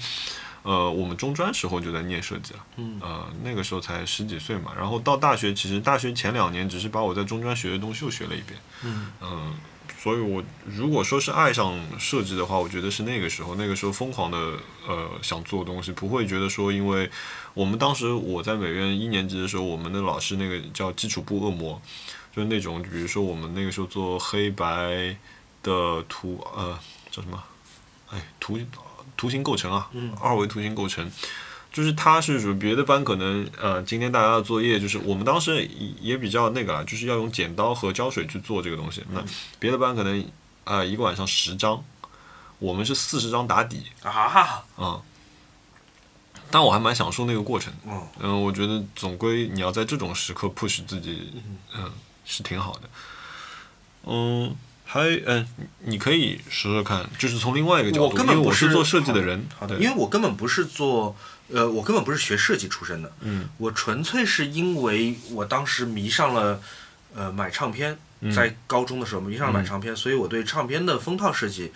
嗯、呃，我们中专时候就在念设计了，
嗯
呃，那个时候才十几岁嘛。然后到大学，其实大学前两年只是把我在中专学的东西又学了一遍，
嗯
嗯，所以我如果说是爱上设计的话，我觉得是那个时候，那个时候疯狂的呃想做东西，不会觉得说，因为我们当时我在美院一年级的时候，我们的老师那个叫基础部恶魔，就是那种比如说我们那个时候做黑白的图，呃，叫什么？哎，图图形构成啊，二维图形构成。就是它是属于别的班可能呃，今天大家的作业就是我们当时也也比较那个啦，就是要用剪刀和胶水去做这个东西。那别的班可能啊、呃一个晚上十张，我们是四十张打底，
啊，
但我还蛮享受那个过程。
嗯
嗯，我觉得总归你要在这种时刻 push 自己，嗯，是挺好的。嗯，还嗯，你可以说说看，就是从另外一个角度，
我根本
因为
不
我
是
做设计的人，
好的，
对
因为我根本不是做，呃，我根本不是学设计出身的，
嗯，
我纯粹是因为我当时迷上了，呃，买唱片，在高中的时候迷上了买唱片，所以我对唱片的封套设计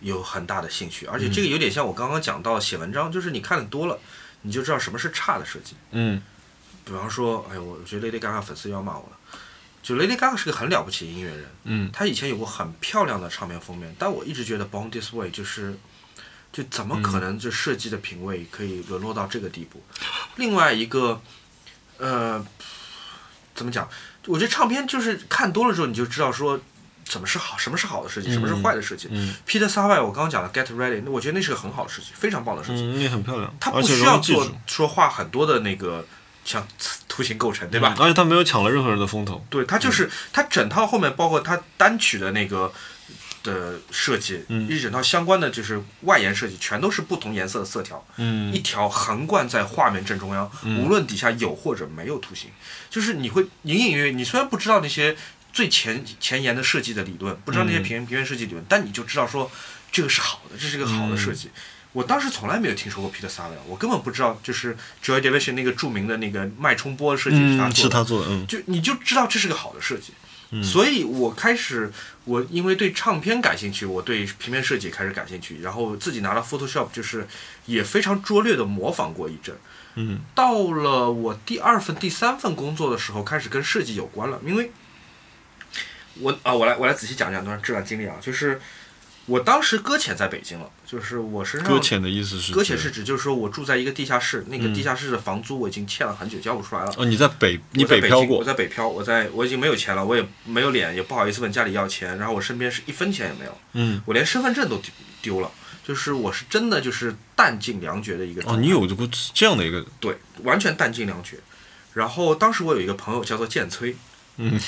有很大的兴趣，而且这个有点像我刚刚讲到写文章，就是你看的多了，你就知道什么是差的设计。
嗯
比方说，哎呦，我觉得 Lady Gaga 粉丝又要骂我了。就 Lady Gaga 是个很了不起的音乐人，
嗯，
她以前有过很漂亮的唱片封面，但我一直觉得《Born This Way》就是，就怎么可能就设计的品味可以沦落到这个地步？另外一个，呃，怎么讲？我觉得唱片就是看多了之后，你就知道说怎么是好，什么是好的设计，什么是坏的设计。
嗯
Peter Savai，我刚刚讲的《Get Ready》，那我觉得那是个很好的设计，非常棒的设计。
嗯，那很漂亮，
他
而
不
且
需
容
要
易记
做
住，
说画很多的那个像图形构成，对吧？
嗯而嗯且他没有抢了任何人的风头，
对，它就是它整套后面包括它单曲的那个的设计，
嗯
一整套相关的就是外延设计，全都是不同颜色的色条，
嗯
一条横贯在画面正中央，无论底下有或者没有图形，就是你会隐隐约约，你虽然不知道那些最前前沿的设计的理论，不知道那
嗯
些平平面设计理论，但你就知道说这个是好的，这是一个好的
嗯
设计。我当时从来没有听说过 Peter Saville，我根本不知道，就是 Joy Division 那个著名的那个脉冲波设计是他
嗯，
做
是
的，
他做的，嗯
就你就知道这是个好的设计。所以我开始，我因为对唱片感兴趣，我对平面设计开始感兴趣，然后自己拿了 Photoshop，就是也非常拙劣的模仿过一阵。
嗯，
到了我第二份、第三份工作的时候，开始跟设计有关了，因为我啊，我来我来仔细讲讲段这段经历啊，就是我当时搁浅在北京了，就是我身上
搁浅的意思是
搁浅是指就是说我住在一个地下室，那个地下室的房租我已经欠了很久，交不出来了。
哦，你在北你
我在
北
北
漂
京
过
我，在北漂，我在我已经没有钱了，我也没有脸，也不好意思问家里要钱，然后我身边是一分钱也没有，
嗯，
我连身份证都丢丢了，就是我是真的就是弹尽粮绝的一个
哦，
状态，
你有这个这样的一个，
对，完全弹尽粮绝。然后当时我有一个朋友叫做建崔，
嗯，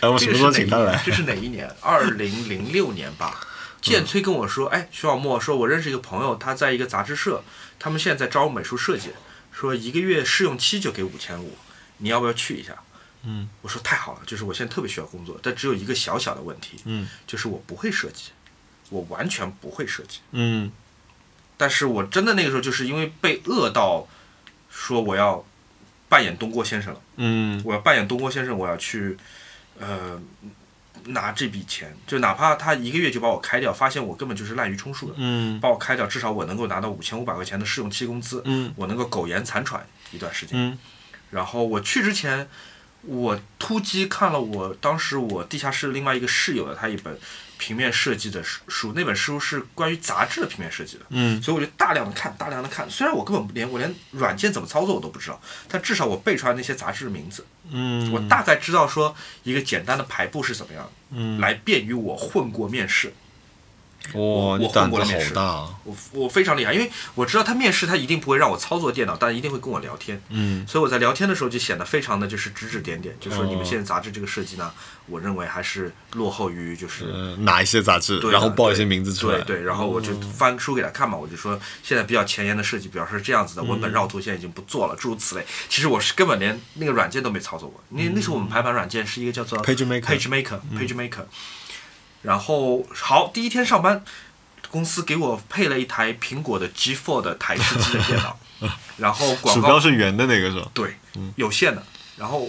哎，我什么
这个
时
是
候
哪一
请他
年
来？
这是哪一年？嗯二零零六年吧。建崔跟我说：“哎，徐小莫，说我认识一个朋友，他在一个杂志社，他们现在在招美术设计，说一个月试用期就给五千五，你要不要去一下？”
嗯，
我说太好了，就是我现在特别需要工作，但只有一个小小的问题，
嗯
就是我不会设计，我完全不会设计。
嗯
但是我真的那个时候就是因为被饿到，说我要扮演东郭先生了。
嗯
我要扮演东郭先生，我要去，呃，拿这笔钱，就哪怕他一个月就把我开掉，发现我根本就是滥竽充数的，
嗯
把我开掉，至少我能够拿到五千五百块钱的试用期工资，
嗯
我能够苟延残喘一段时间。
嗯
然后我去之前，我突击看了我当时我地下室另外一个室友的他一本平面设计的书，那本书是关于杂志的平面设计的。
嗯
所以我就大量的看，大量的看。虽然我根本连我连软件怎么操作我都不知道，但至少我背出来那些杂志的名字。
嗯，
我大概知道说一个简单的排布是怎么样的，
嗯
来便于我混过面试。
哇，你
我
胆子
混过了面
好
试
大啊！
我我非常厉害，因为我知道他面试他一定不会让我操作电脑，但一定会跟我聊天。
嗯
所以我在聊天的时候就显得非常的就是指指点点，就说你
哦
们现在杂志这个设计呢，我认为还是落后于就是
呃，哪一些杂志，
对
然后
的
报一
对
些名字出来。
对对，然后我就翻书给他看嘛，我就说现在比较前沿的设计，比方说这样子的文本绕图现在已经不做了，诸如此类。其实我是根本连那个软件都没操作过，那那时候我们排版软件是一个叫做
PageMaker 嗯
PageMaker PageMaker。然后好，第一天上班，公司给我配了一台苹果的 G4 的台式机的 电脑，然后广
鼠
告
标是圆的那个是吧？
对，有限的。然后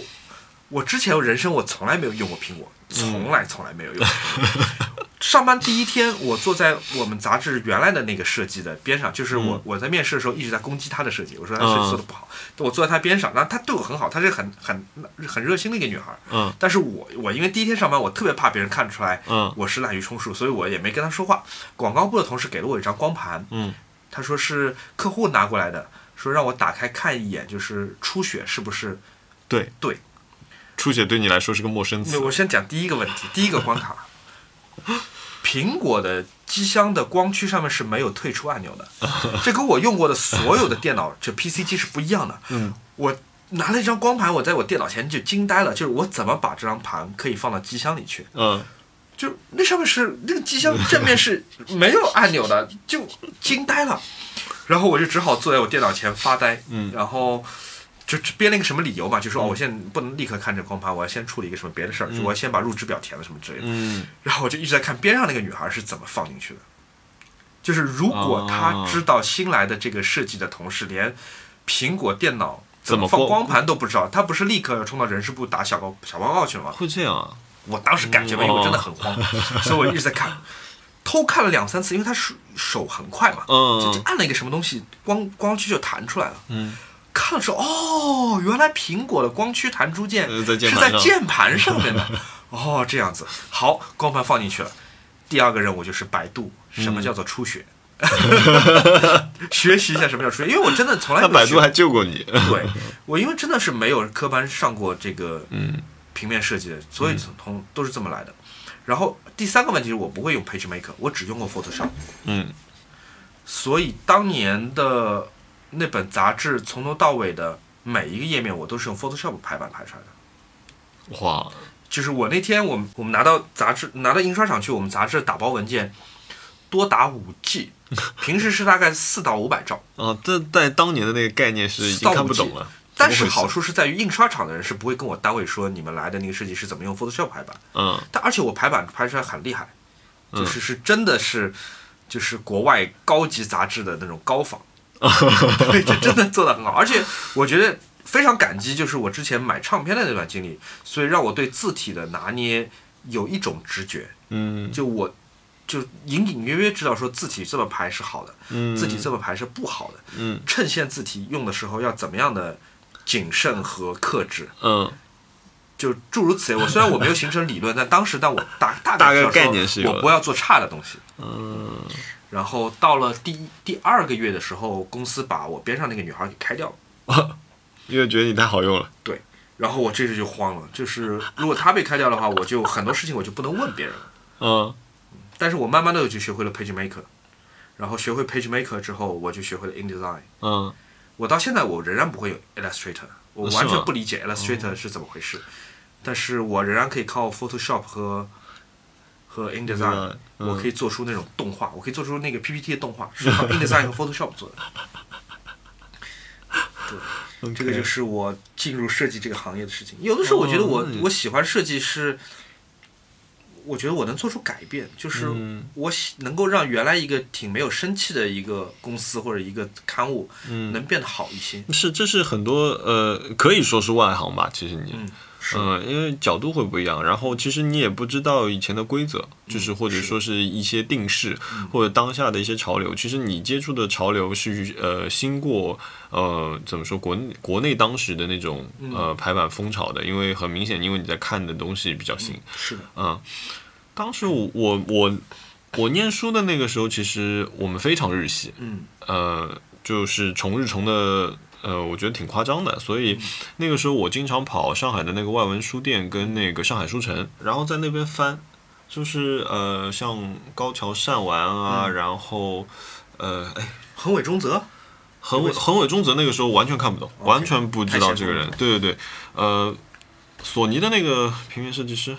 我之前人生我从来没有用过苹果，从来从来没有用过。 上班第一天，我坐在我们杂志原来的那个设计的边上，就是我、我在面试的时候一直在攻击他的设计，我说他哎设计做的不好，我坐在他边上，然后他对我很好，她是很很很热心的一个女孩，
嗯，
但是我我因为第一天上班，我特别怕别人看出来
嗯
我是滥竽充数，所以我也没跟他说话。广告部的同事给了我一张光盘，
嗯，
他说是客户拿过来的，说让我打开看一眼，就是出血是不是
对
对，
出血对你来说是个陌生
那
词。
我先讲第一个问题，第一个关卡，苹果的机箱的光驱上面是没有退出按钮 的，这跟我用过的所有的电脑这 PC 机是不一样的。
嗯，
我拿了一张光盘，我在我电脑前就惊呆了，就是我怎么把这张盘可以放到机箱里去？
嗯，
就那上面是那个机 箱正面是没有按钮的，就惊呆了。然后我就只好坐在我电脑前发呆，
嗯
然后就就编了一个什么理由嘛，就说哦，我现在不能立刻看这光盘，我要先处理一个什么别的事儿，就我要先把入职表填了什么之类的。
嗯，
然后我就一直在看边上那个女孩是怎么放进去的。就是如果她知道新来的这个设计的同事连苹果电脑怎么
怎
放
么嗯光
光盘都不知道，她不是立刻要冲到人事部打小报小报告去了吗？
会这样啊？
我当时感觉嘛，因为我
哦
真的很慌，所以我一直在看，偷看了两三次，因为他手手很快嘛，
嗯
就就按了一个什么东西，光光驱就弹出来了。
嗯，
看了之后，哦，原来苹果的光驱弹珠键
呃
是
在键盘
在
上
键盘 上面的。哦，这样子，好，光盘放进去了。第二个任务就是百度，
嗯
什么叫做出血？ 学习一下什么叫出血，因为我真的从来
那
没有
百
学
度
过
还救过你。
对我因为真的是没有科班上过这个
嗯
平面设计的，所以从从都是这么来的。然后第三个问题是我不会用 PageMaker，我只用过 Photoshop，
嗯
所以当年的那本杂志从头到尾的每一个页面我都是用 Photoshop 排版排出来的。
哇，
就是我那天我们我们拿到杂志拿到印刷厂去，我们杂志打包文件多达五 G，平时是大概四到五百兆。
啊，这在当年的那个概念是已经看不懂了。
但是
怎么回
好
事，
处是在于印刷厂的人是不会跟我单位说你们来的那个设计师怎么用 Photoshop 排版，
嗯
但而且我排版拍出来很厉害，
嗯
就是是真的是，就是国外高级杂志的那种 高仿，对，这真的做的很好。而且我觉得非常感激，就是我之前买唱片的那段经历，所以让我对字体的拿捏有一种直觉，
嗯
就我就隐隐约约知道说字体这么排是好的，
嗯，
字体这么排是不好的，
嗯
衬线字体用的时候要怎么样的谨慎和克制。
嗯
就诸如此类。我虽然我没有形成理论，但 当时但我大大
大概
知道说
概念是有的
我不要做差的东西。
嗯
然后到了第一第二个月的时候，公司把我边上那个女孩给开掉了。
因为觉得你太好用了。
对，然后我这时就慌了，就是如果她被开掉的话，我就很多事情我就不能问别人了。
嗯
但是我慢慢的就学会了 PageMaker，然后学会 PageMaker 之后，我就学会了 InDesign。
嗯
我到现在我仍然不会有 Illustrator，我
是
完
吗哦
全不理解 Illustrator 是怎么回事，但是我仍然可以靠 Photoshop 和和 InDesign，、
嗯
我可以做出那种动画，我可以做出那个 PPT 的动画，是靠 InDesign 和 Photoshop 做的。
嗯，OK，
这个就是我进入设计这个行业的事情。有的时候我觉得我、
哦那
我喜欢设计是，我觉得我能做出改变，就是
嗯
我喜能够让原来一个挺没有生气的一个公司或者一个刊物，
嗯
能变得好一些。
是这是很多呃，可以说是外行吧。其实你，
嗯，是。
嗯，因为角度会不一样，然后其实你也不知道以前的规则，嗯就是嗯或者说是一些定式，或者当下的一些潮流。其实你接触的潮流是呃新过呃怎么说国内国内当时的那种呃排版风潮的，因为很明显，因为你在看的东西比较新。
是的，
啊当时我我我我念书的那个时候，其实我们非常日系，
嗯，
呃，就是重日重的，呃，我觉得挺夸张的。所以那个时候我经常跑上海的那个外文书店跟那个上海书城，然后在那边翻，就是呃，像高桥善丸啊，然后呃，哎，
横尾中则，
横尾横尾中则那个时候完全看不
哦
懂，完全不知道这个人。对对对，呃，索尼的那个平面设计师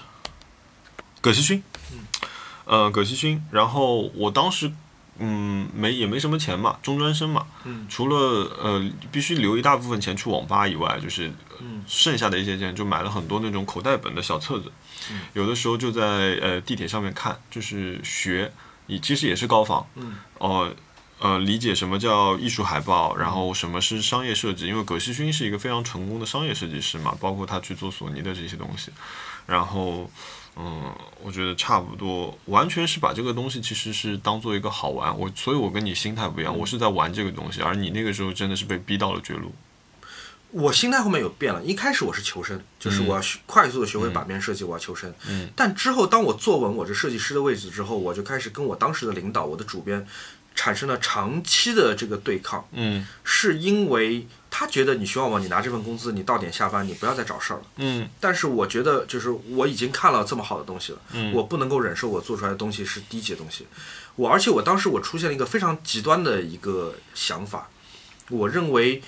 葛西勋，
嗯
呃，葛西勋。然后我当时嗯没也没什么钱嘛，中专生嘛，
嗯
除了呃必须留一大部分钱去网吧以外，就是呃
嗯
剩下的一些钱就买了很多那种口袋本的小册子，
嗯
有的时候就在呃地铁上面看，就是学，也其实也是高仿，
嗯
哦、呃理解什么叫艺术海报，然后什么是商业设计，因为葛西勋是一个非常成功的商业设计师嘛，包括他去做索尼的这些东西，然后。嗯，我觉得差不多，完全是把这个东西其实是当做一个好玩。我，所以我跟你心态不一样，我是在玩这个东西，而你那个时候真的是被逼到了绝路。
我心态后面有变了，一开始我是求生，就是我要学快速的学会版面设计，我要求生。
嗯，
但之后当我坐稳我这设计师的位置之后，我就开始跟我当时的领导、我的主编产生了长期的这个对抗，
嗯
是因为他觉得你徐旺旺，你拿这份工资，你到点下班，你不要再找事儿了。
嗯
但是我觉得，就是我已经看了这么好的东西了，我不能够忍受我做出来的东西是低级的东西。我而且我当时我出现了一个非常极端的一个想法，我认为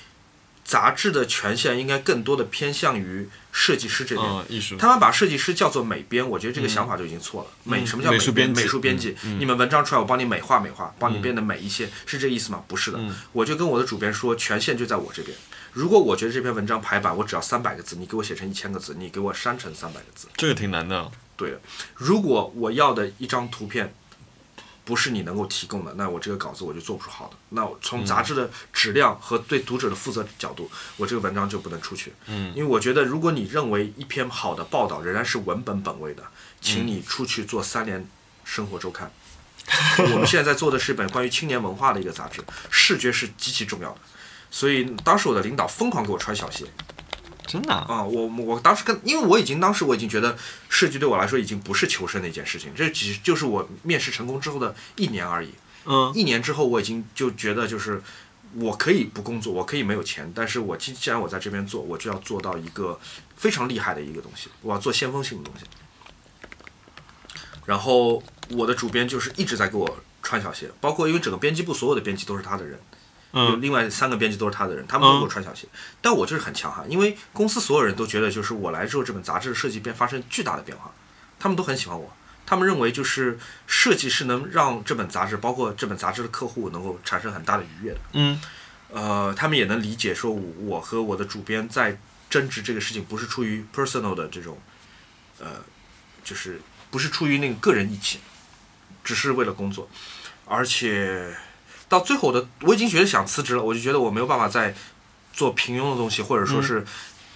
杂志的权限应该更多的偏向于设计师这边。
嗯，艺术。
他们把设计师叫做美编，我觉得这个想法就已经错了。美什么叫
嗯美术
编？
编辑嗯
美术编辑，你们文章出来，我帮你美化美化，帮你变得美一些，是这意思吗？不是的，
嗯
我就跟我的主编说，权限就在我这边。如果我觉得这篇文章排版我只要三百个字，你给我写成一千个字，你给我删成三百个字，
这个挺难的。
对的。如果我要的一张图片不是你能够提供的，那我这个稿子我就做不出好的。那我从杂志的质量和对读者的负责角度，我这个文章就不能出去。
嗯，
因为我觉得，如果你认为一篇好的报道仍然是文本本位的，请你出去做三联生活周刊。我们现在在做的是一本关于青年文化的一个杂志，视觉是极其重要的。所以当时我的领导疯狂给我穿小鞋，
真的、
啊、我我当时跟，因为我已经当时我已经觉得设计对我来说已经不是求生的一件事情，这只就是我面试成功之后的一年而已。
嗯
一年之后，我已经就觉得就是我可以不工作，我可以没有钱，但是我既既然我在这边做，我就要做到一个非常厉害的一个东西，我要做先锋性的东西。然后我的主编就是一直在给我穿小鞋，包括因为整个编辑部所有的编辑都是他的人，有
嗯
另外三个编辑都是他的人，他们都给我穿小鞋，但我就是很强悍，因为公司所有人都觉得就是我来之后，这本杂志的设计便发生巨大的变化，他们都很喜欢我，他们认为就是设计是能让这本杂志，包括这本杂志的客户能够产生很大的愉悦的，
嗯
呃，他们也能理解说我我和我的主编在争执这个事情不是出于 personal 的这种，呃，就是不是出于那个个人义气，只是为了工作，而且到最后我的我已经觉得想辞职了，我就觉得我没有办法再做平庸的东西，或者说是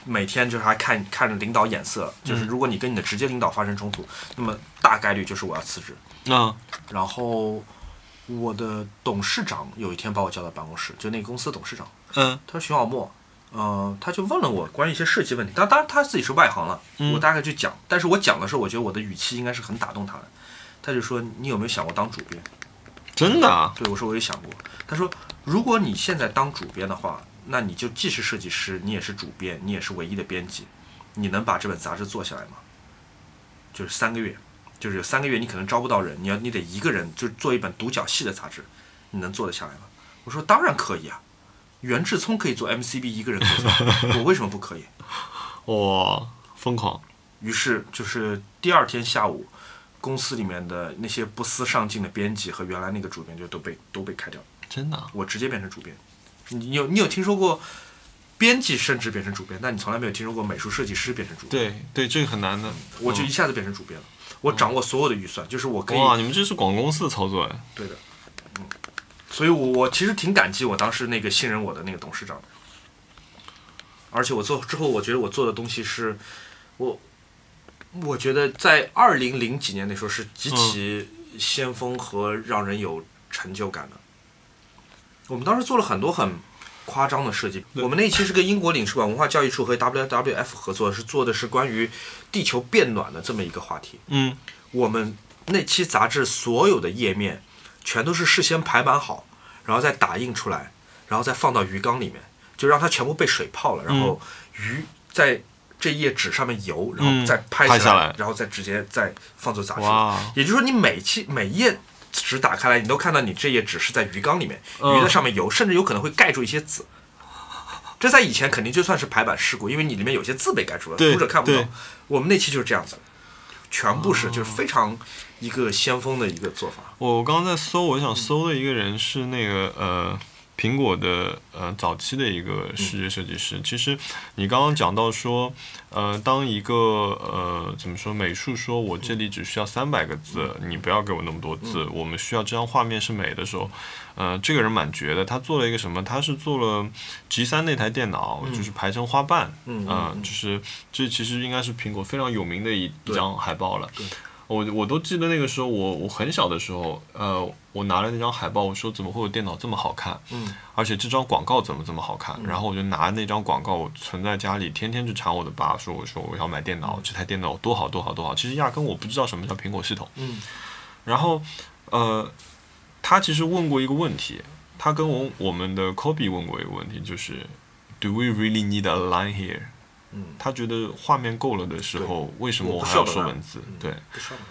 每天就是还看看着领导眼色了，就是如果你跟你的直接领导发生冲突，那么大概率就是我要辞职。
啊
然后我的董事长有一天把我叫到办公室，就那个公司董事长，
嗯
他说徐小沫，呃，他就问了我关于一些设计问题，但当然他自己是外行了，我大概就讲，但是我讲的时候，我觉得我的语气应该是很打动他的，他就说你有没有想过当主编？
真的啊
对我说我有想过，他说如果你现在当主编的话，那你就既是设计师，你也是主编，你也是唯一的编辑，你能把这本杂志做下来吗？就是三个月，就是有三个月你可能招不到人，你要你得一个人就做一本独角戏的杂志，你能做得下来吗？我说当然可以啊，袁志聪可以做 MCB 一个人做下来，我为什么不可以？
哇、疯狂！
于是就是第二天下午，公司里面的那些不思上进的编辑和原来那个主编就都被都被开掉了。
真的啊、
我直接变成主编。你有你有听说过编辑升职变成主编，但你从来没有听说过美术设计师变成主编。
对对，这个很难的。
我就一下子变成主编了，我掌握所有的预算，就是我可以
哇，你们这是广公司的操作哎。
对的。嗯，所以我我其实挺感激我当时那个信任我的那个董事长的。而且我做之后，我觉得我做的东西是，我我觉得在二零零几年那时候是极其先锋和让人有成就感的。我们当时做了很多很夸张的设计。我们那一期是跟英国领事馆文化教育处和 WWF 合作，是做的是关于地球变暖的这么一个话题。
嗯
我们那期杂志所有的页面全都是事先排版好，然后再打印出来，然后再放到鱼缸里面，就让它全部被水泡了，然后
嗯
鱼在这页纸上面游，然后再拍
拍下来
然后再直接再放做杂志
哇。
也就是说，你每期每页。纸打开来，你都看到你这页纸是在鱼缸里面，
嗯
鱼在上面游，甚至有可能会盖住一些字。这在以前肯定就算是排版事故，因为你里面有些字被盖住了，
对
读者看不
对哦
懂。我们那期就是这样子的，全部是就是非常一个先锋的一个做法。
我刚刚在搜，我想搜的一个人是那个呃苹果的呃早期的一个视觉设计师。其实你刚刚讲到说，呃，当一个呃怎么说美术说我这里只需要三百个字，你不要给我那么多字，我们需要这张画面是美的时候，呃，这个人蛮绝的，他做了一个什么？他是做了 G 三那台电脑，就是排成花瓣，嗯、就是这其实应该是苹果非常有名的一一张海报了。我我都记得那个时候，我我很小的时候，呃，我拿了那张海报，我说怎么会有电脑这么好看？嗯，而且这张广告怎么这么好看？然后我就拿那张广告，我存在家里，天天去缠我的爸，说我说我要买电脑，这台电脑多好多好多好。其实压根我不知道什么叫苹果系统。
嗯，
然后呃，他其实问过一个问题，他跟我我们的 Kobe 问过一个问题，就是 Do we really need a line here？
嗯，
他觉得画面够了的时候，为什么
我不
还
需要
要说
line
文字？对。
不上了。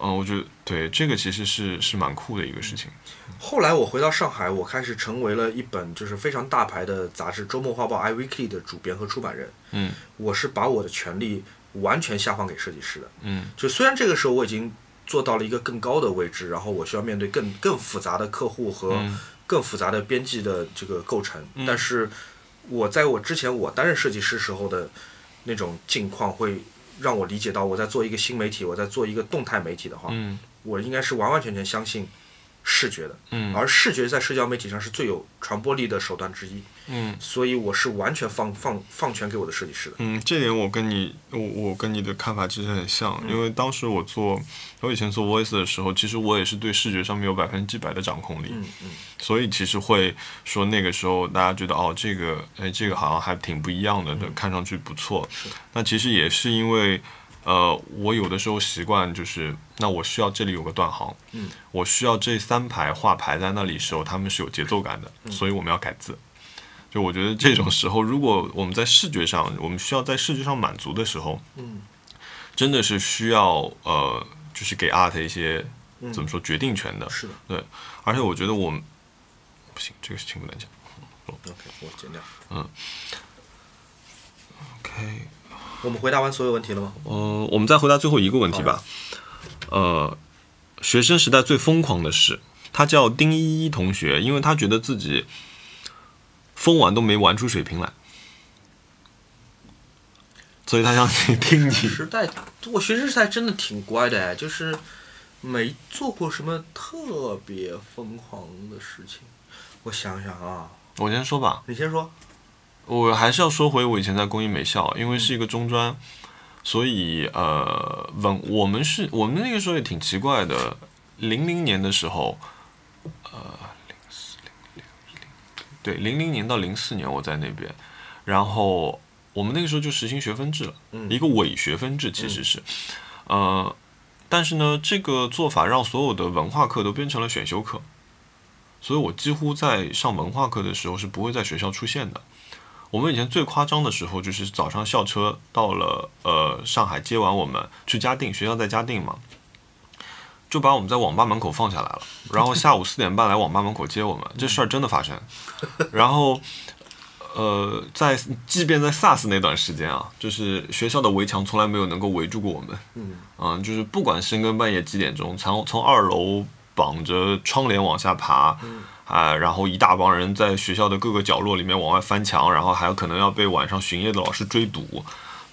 嗯，我觉得对这个其实是是蛮酷的一个事情。
后来我回到上海，我开始成为了一本就是非常大牌的杂志《周末画报》（iWeekly） 的主编和出版人。
嗯
我是把我的权利完全下放给设计师的。
嗯
就虽然这个时候我已经做到了一个更高的位置，然后我需要面对更更复杂的客户和
嗯
更复杂的编辑的这个构成，
嗯
但是我在我之前我担任设计师时候的那种境况，会让我理解到我在做一个新媒体，我在做一个动态媒体的话，
嗯
我应该是完完全全相信视觉的，
嗯
而视觉在社交媒体上是最有传播力的手段之一，
嗯
所以我是完全放放放权给我的设计师的。
嗯，这点我跟你我我跟你的看法其实很像，因为当时我做我以前做 Voice 的时候，其实我也是对视觉上面有百分之百的掌控力，
嗯嗯，
所以其实会说那个时候大家觉得哦，这个哎这个好像还挺不一样的，
嗯
对看上去不错。那其实也是因为呃，我有的时候习惯就是，那我需要这里有个断行，
嗯，
我需要这三排画排在那里时候，他们是有节奏感的，
嗯
所以我们要改字。就我觉得这种时候，如果我们在视觉上，我们需要在视觉上满足的时候，
嗯，
真的是需要呃，就是给 art 一些
嗯
怎么说决定权的，
是的
对，而且我觉得我们不行，这个事情不能讲。
，OK，我剪掉。
OK，
我们回答完所有问题了吗？
呃，我们再回答最后一个问题吧。呃，学生时代最疯狂的事，他叫丁一一同学，因为他觉得自己疯玩都没玩出水平来，所以他想去听你。
时代，我学生时代真的挺乖的哎，就是没做过什么特别疯狂的事情。我想想啊，
我先说吧，
你先说。
我还是要说回我以前在工艺美校，啊因为是一个中专，所以呃，文我们是我们那个时候也挺奇怪的，零零年的时候，呃，零四零六一零，对，零零年到零四年我在那边，然后我们那个时候就实行学分制了，
嗯
一个伪学分制其实是，呃，但是呢，这个做法让所有的文化课都变成了选修课。所以我几乎在上文化课的时候是不会在学校出现的，我们以前最夸张的时候，就是早上校车到了呃上海接完我们去嘉定，学校在嘉定嘛，就把我们在网吧门口放下来了，然后下午四点半来网吧门口接我们，这事儿真的发生。然后，呃，在即便在 SARS 那段时间啊，就是学校的围墙从来没有能够围住过我们。
嗯
嗯，就是不管深更半夜几点钟，从从二楼绑着窗帘往下爬，啊、然后一大帮人在学校的各个角落里面往外翻墙，然后还有可能要被晚上巡夜的老师追堵。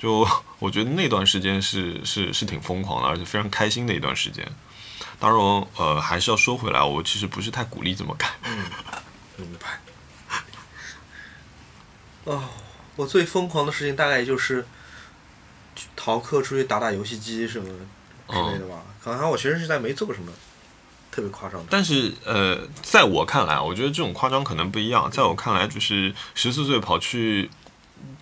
就我觉得那段时间是是是挺疯狂的，而且非常开心的一段时间。当然，呃，还是要说回来，我其实不是太鼓励这么干。
明白。哦，我最疯狂的事情大概也就是去逃课出去打打游戏机什么之类的吧。好像我学生时代没做过什么特别夸张的。
但是呃，在我看来，我觉得这种夸张可能不一样。在我看来，就是十四岁跑去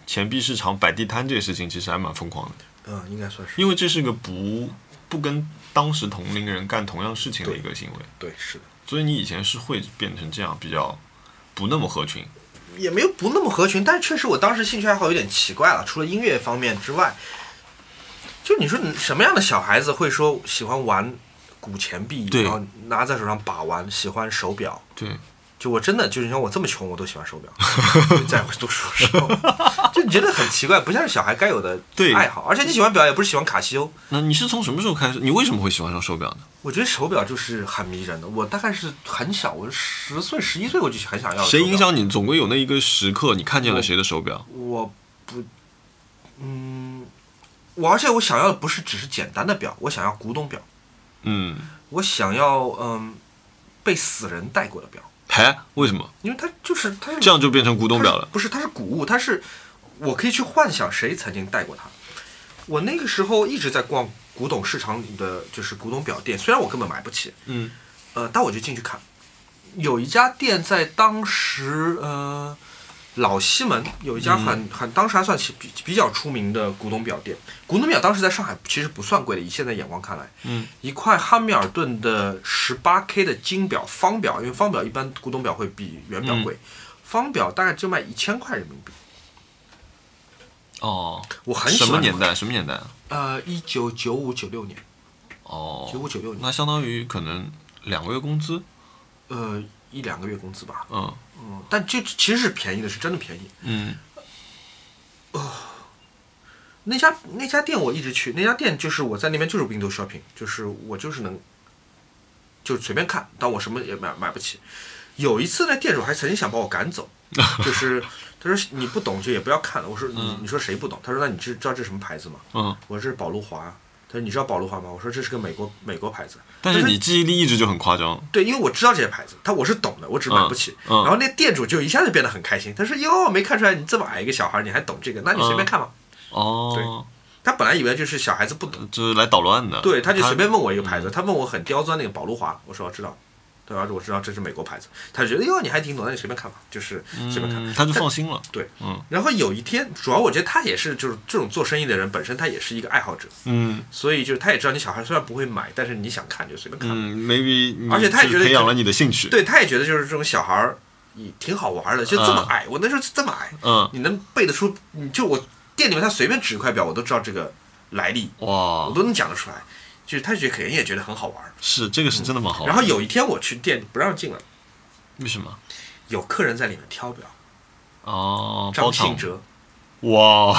钱币市场摆地摊这个事情，其实还蛮疯狂的，
嗯，应该算是。
因为这是个不不跟当时同龄人干同样事情的一个行为，
对，是的。
所以你以前是会变成这样比较不那么合群。
也没有不那么合群，但是确实我当时兴趣爱好有点奇怪了，除了音乐方面之外，就你说你什么样的小孩子会说喜欢玩古钱币，
对
然后拿在手上把玩，喜欢手表？
对，
就我真的就是你像我这么穷，我都喜欢手表，就在我读书的时候，就你觉得很奇怪，不像是小孩该有的
对
爱好。而且你喜欢表演，不是喜欢卡西欧。
那你是从什么时候开始？你为什么会喜欢上手表呢？
我觉得手表就是很迷人的。我大概是很小，我十岁、十一岁我就很想要。
谁影？响你？总归有那一个时刻，你看见了谁的哦手表？
我不，嗯，我而且我想要的不是只是简单的表，我想要古董表，
嗯，
我想要嗯被死人戴过的表，
嘿，哎为什么
因为它就是它是
这样就变成古董表
它
了
是？不是，它是古物，它是我可以去幻想谁曾经戴过它。我那个时候一直在逛古董市场里的就是古董表店，虽然我根本买不起，
嗯
呃，但我就进去看。有一家店在当时呃老西门有一家
嗯
很、很当时还算起比比较出名的古董表店，古董表当时在上海其实不算贵的，以现在眼光看来，
嗯，
一块汉密尔顿的十八 K 的金表方表，因为方表一般古董表会比原
嗯
表贵，方表大概就卖一千块人民币。
哦，
我很喜
什
欢
么年代？什么年代啊？
呃，一九九五九六年，九
哦，
五九六年，
那相当于可能两个月工资，
呃，一两个月工资吧。
嗯
嗯，但这其实是便宜的，是真的便宜。
嗯
那家那家店我一直去，那家店就是我在那边就是 window shopping，就是我就是能，就是随便看，但我什么也买买不起。有一次那店主还曾经想把我 赶走，就是他说你不懂就也不要看了。我说你你说谁不懂？他说那你知知道这是什么牌子吗？
嗯。
我说这是宝路华。他说你知道宝路华吗？我说这是个美国美国牌子。
但是你记忆力一直就很夸张，
对，因为我知道这些牌子，他我是懂的，我只是买不起。
嗯嗯
然后那店主就一下就变得很开心，他说：“哟，没看出来你这么矮一个小孩，你还懂这个？那你
嗯
随便看吧。
哦，
他本来以为就是小孩子不懂，
这是来捣乱的。
对，他就随便问我一个牌子，他问我很刁钻那个宝路华，我说我啊知道，对吧？我知道这是美国牌子，他就觉得哟你还挺懂，那你随便看吧，就是随便看。
嗯，他就放心了。
对，
嗯
然后有一天，主要我觉得他也是就是这种做生意的人本身他也是一个爱好者，
嗯
所以就是他也知道你小孩虽然不会买，但是你想看就随便看。
嗯，maybe，你
而且他也
就是
觉得
培养了你的兴趣。，
对，他也觉得就是这种小孩儿也挺好玩的，就这么矮，我那时候这么矮，
嗯，
你能背得出？你就我店里面他随便指一块表，我都知道这个来历，我
哇，
都能讲得出来。就是他觉得肯定也觉得很好玩儿。
是这个是真的蛮好玩的。
然后有一天我去店不让进了，
为什么？
有客人在里面挑表，
哦，包
张
场
信哲，
哇，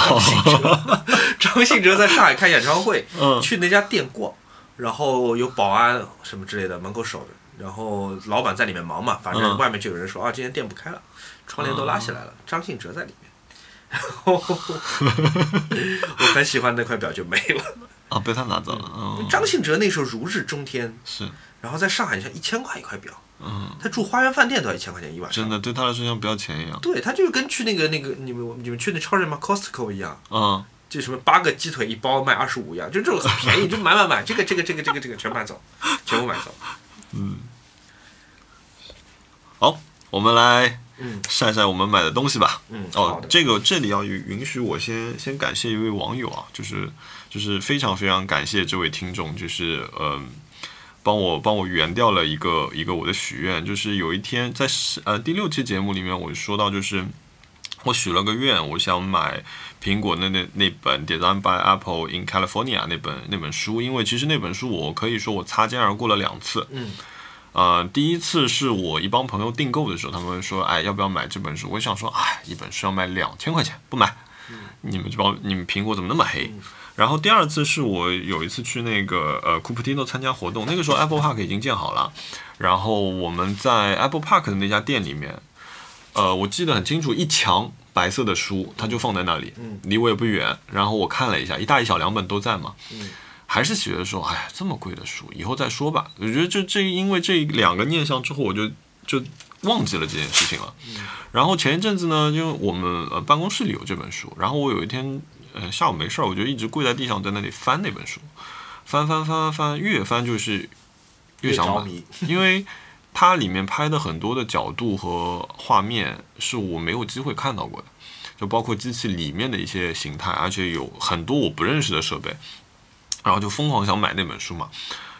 张信哲在上海开演唱会，
嗯
去那家店逛，然后有保安什么之类的门口守着，然后老板在里面忙嘛，反正
嗯
外面就有人说、啊，今天店不开了，窗帘都拉起来了，张信哲在里面。 然后我很喜欢那块表就没了。
啊，被他拿走了。嗯，
张信哲那时候如日中天，
是，
然后在上海，你像一千块一块表，
嗯，
他住花园饭店都要一千块钱一晚上。
真的对他来说像不要钱一样。
对，他就是跟去那个那个你们你们去那超市吗？Costco 一样，
嗯，
就什么八个鸡腿一包卖二十五一样，就这种很便宜，就买买买，这个这个这个这个这个全买走，全部买走。
好，我们来
嗯
晒晒我们买的东西吧。
嗯，好
哦
的，，
这个这里要允许我先先感谢一位网友啊，就是就是非常非常感谢这位听众，就是嗯、帮我帮我圆掉了一个一个我的许愿，就是有一天在是呃第六期节目里面我说到就是。我许了个愿，我想买苹果那那那本《Design by Apple in California》那本那本书，因为其实那本书我可以说我擦肩而过了两次，
嗯
呃，第一次是我一帮朋友订购的时候，他们说，哎，要不要买这本书？我想说，哎，一本书要卖两千块钱，不买。你们这帮你们苹果怎么那么黑？然后第二次是我有一次去那个呃库普蒂诺参加活动，那个时候 Apple Park 已经建好了，然后我们在 Apple Park 的那家店里面，呃，我记得很清楚，一墙白色的书，它就放在那里，
嗯
离我也不远。然后我看了一下，一大一小两本都在嘛，
嗯
还是觉得说，哎呀，这么贵的书，以后再说吧。我觉得就这，因为这两个念想之后，我就就忘记了这件事情了。
嗯
然后前一阵子呢，因为我们呃办公室里有这本书，然后我有一天呃下午没事儿，我就一直跪在地上在那里翻那本书，翻翻翻翻翻，越翻就是越想
着
买，
迷。
因为它里面拍的很多的角度和画面是我没有机会看到过的，就包括机器里面的一些形态，而且有很多我不认识的设备，然后就疯狂想买那本书嘛，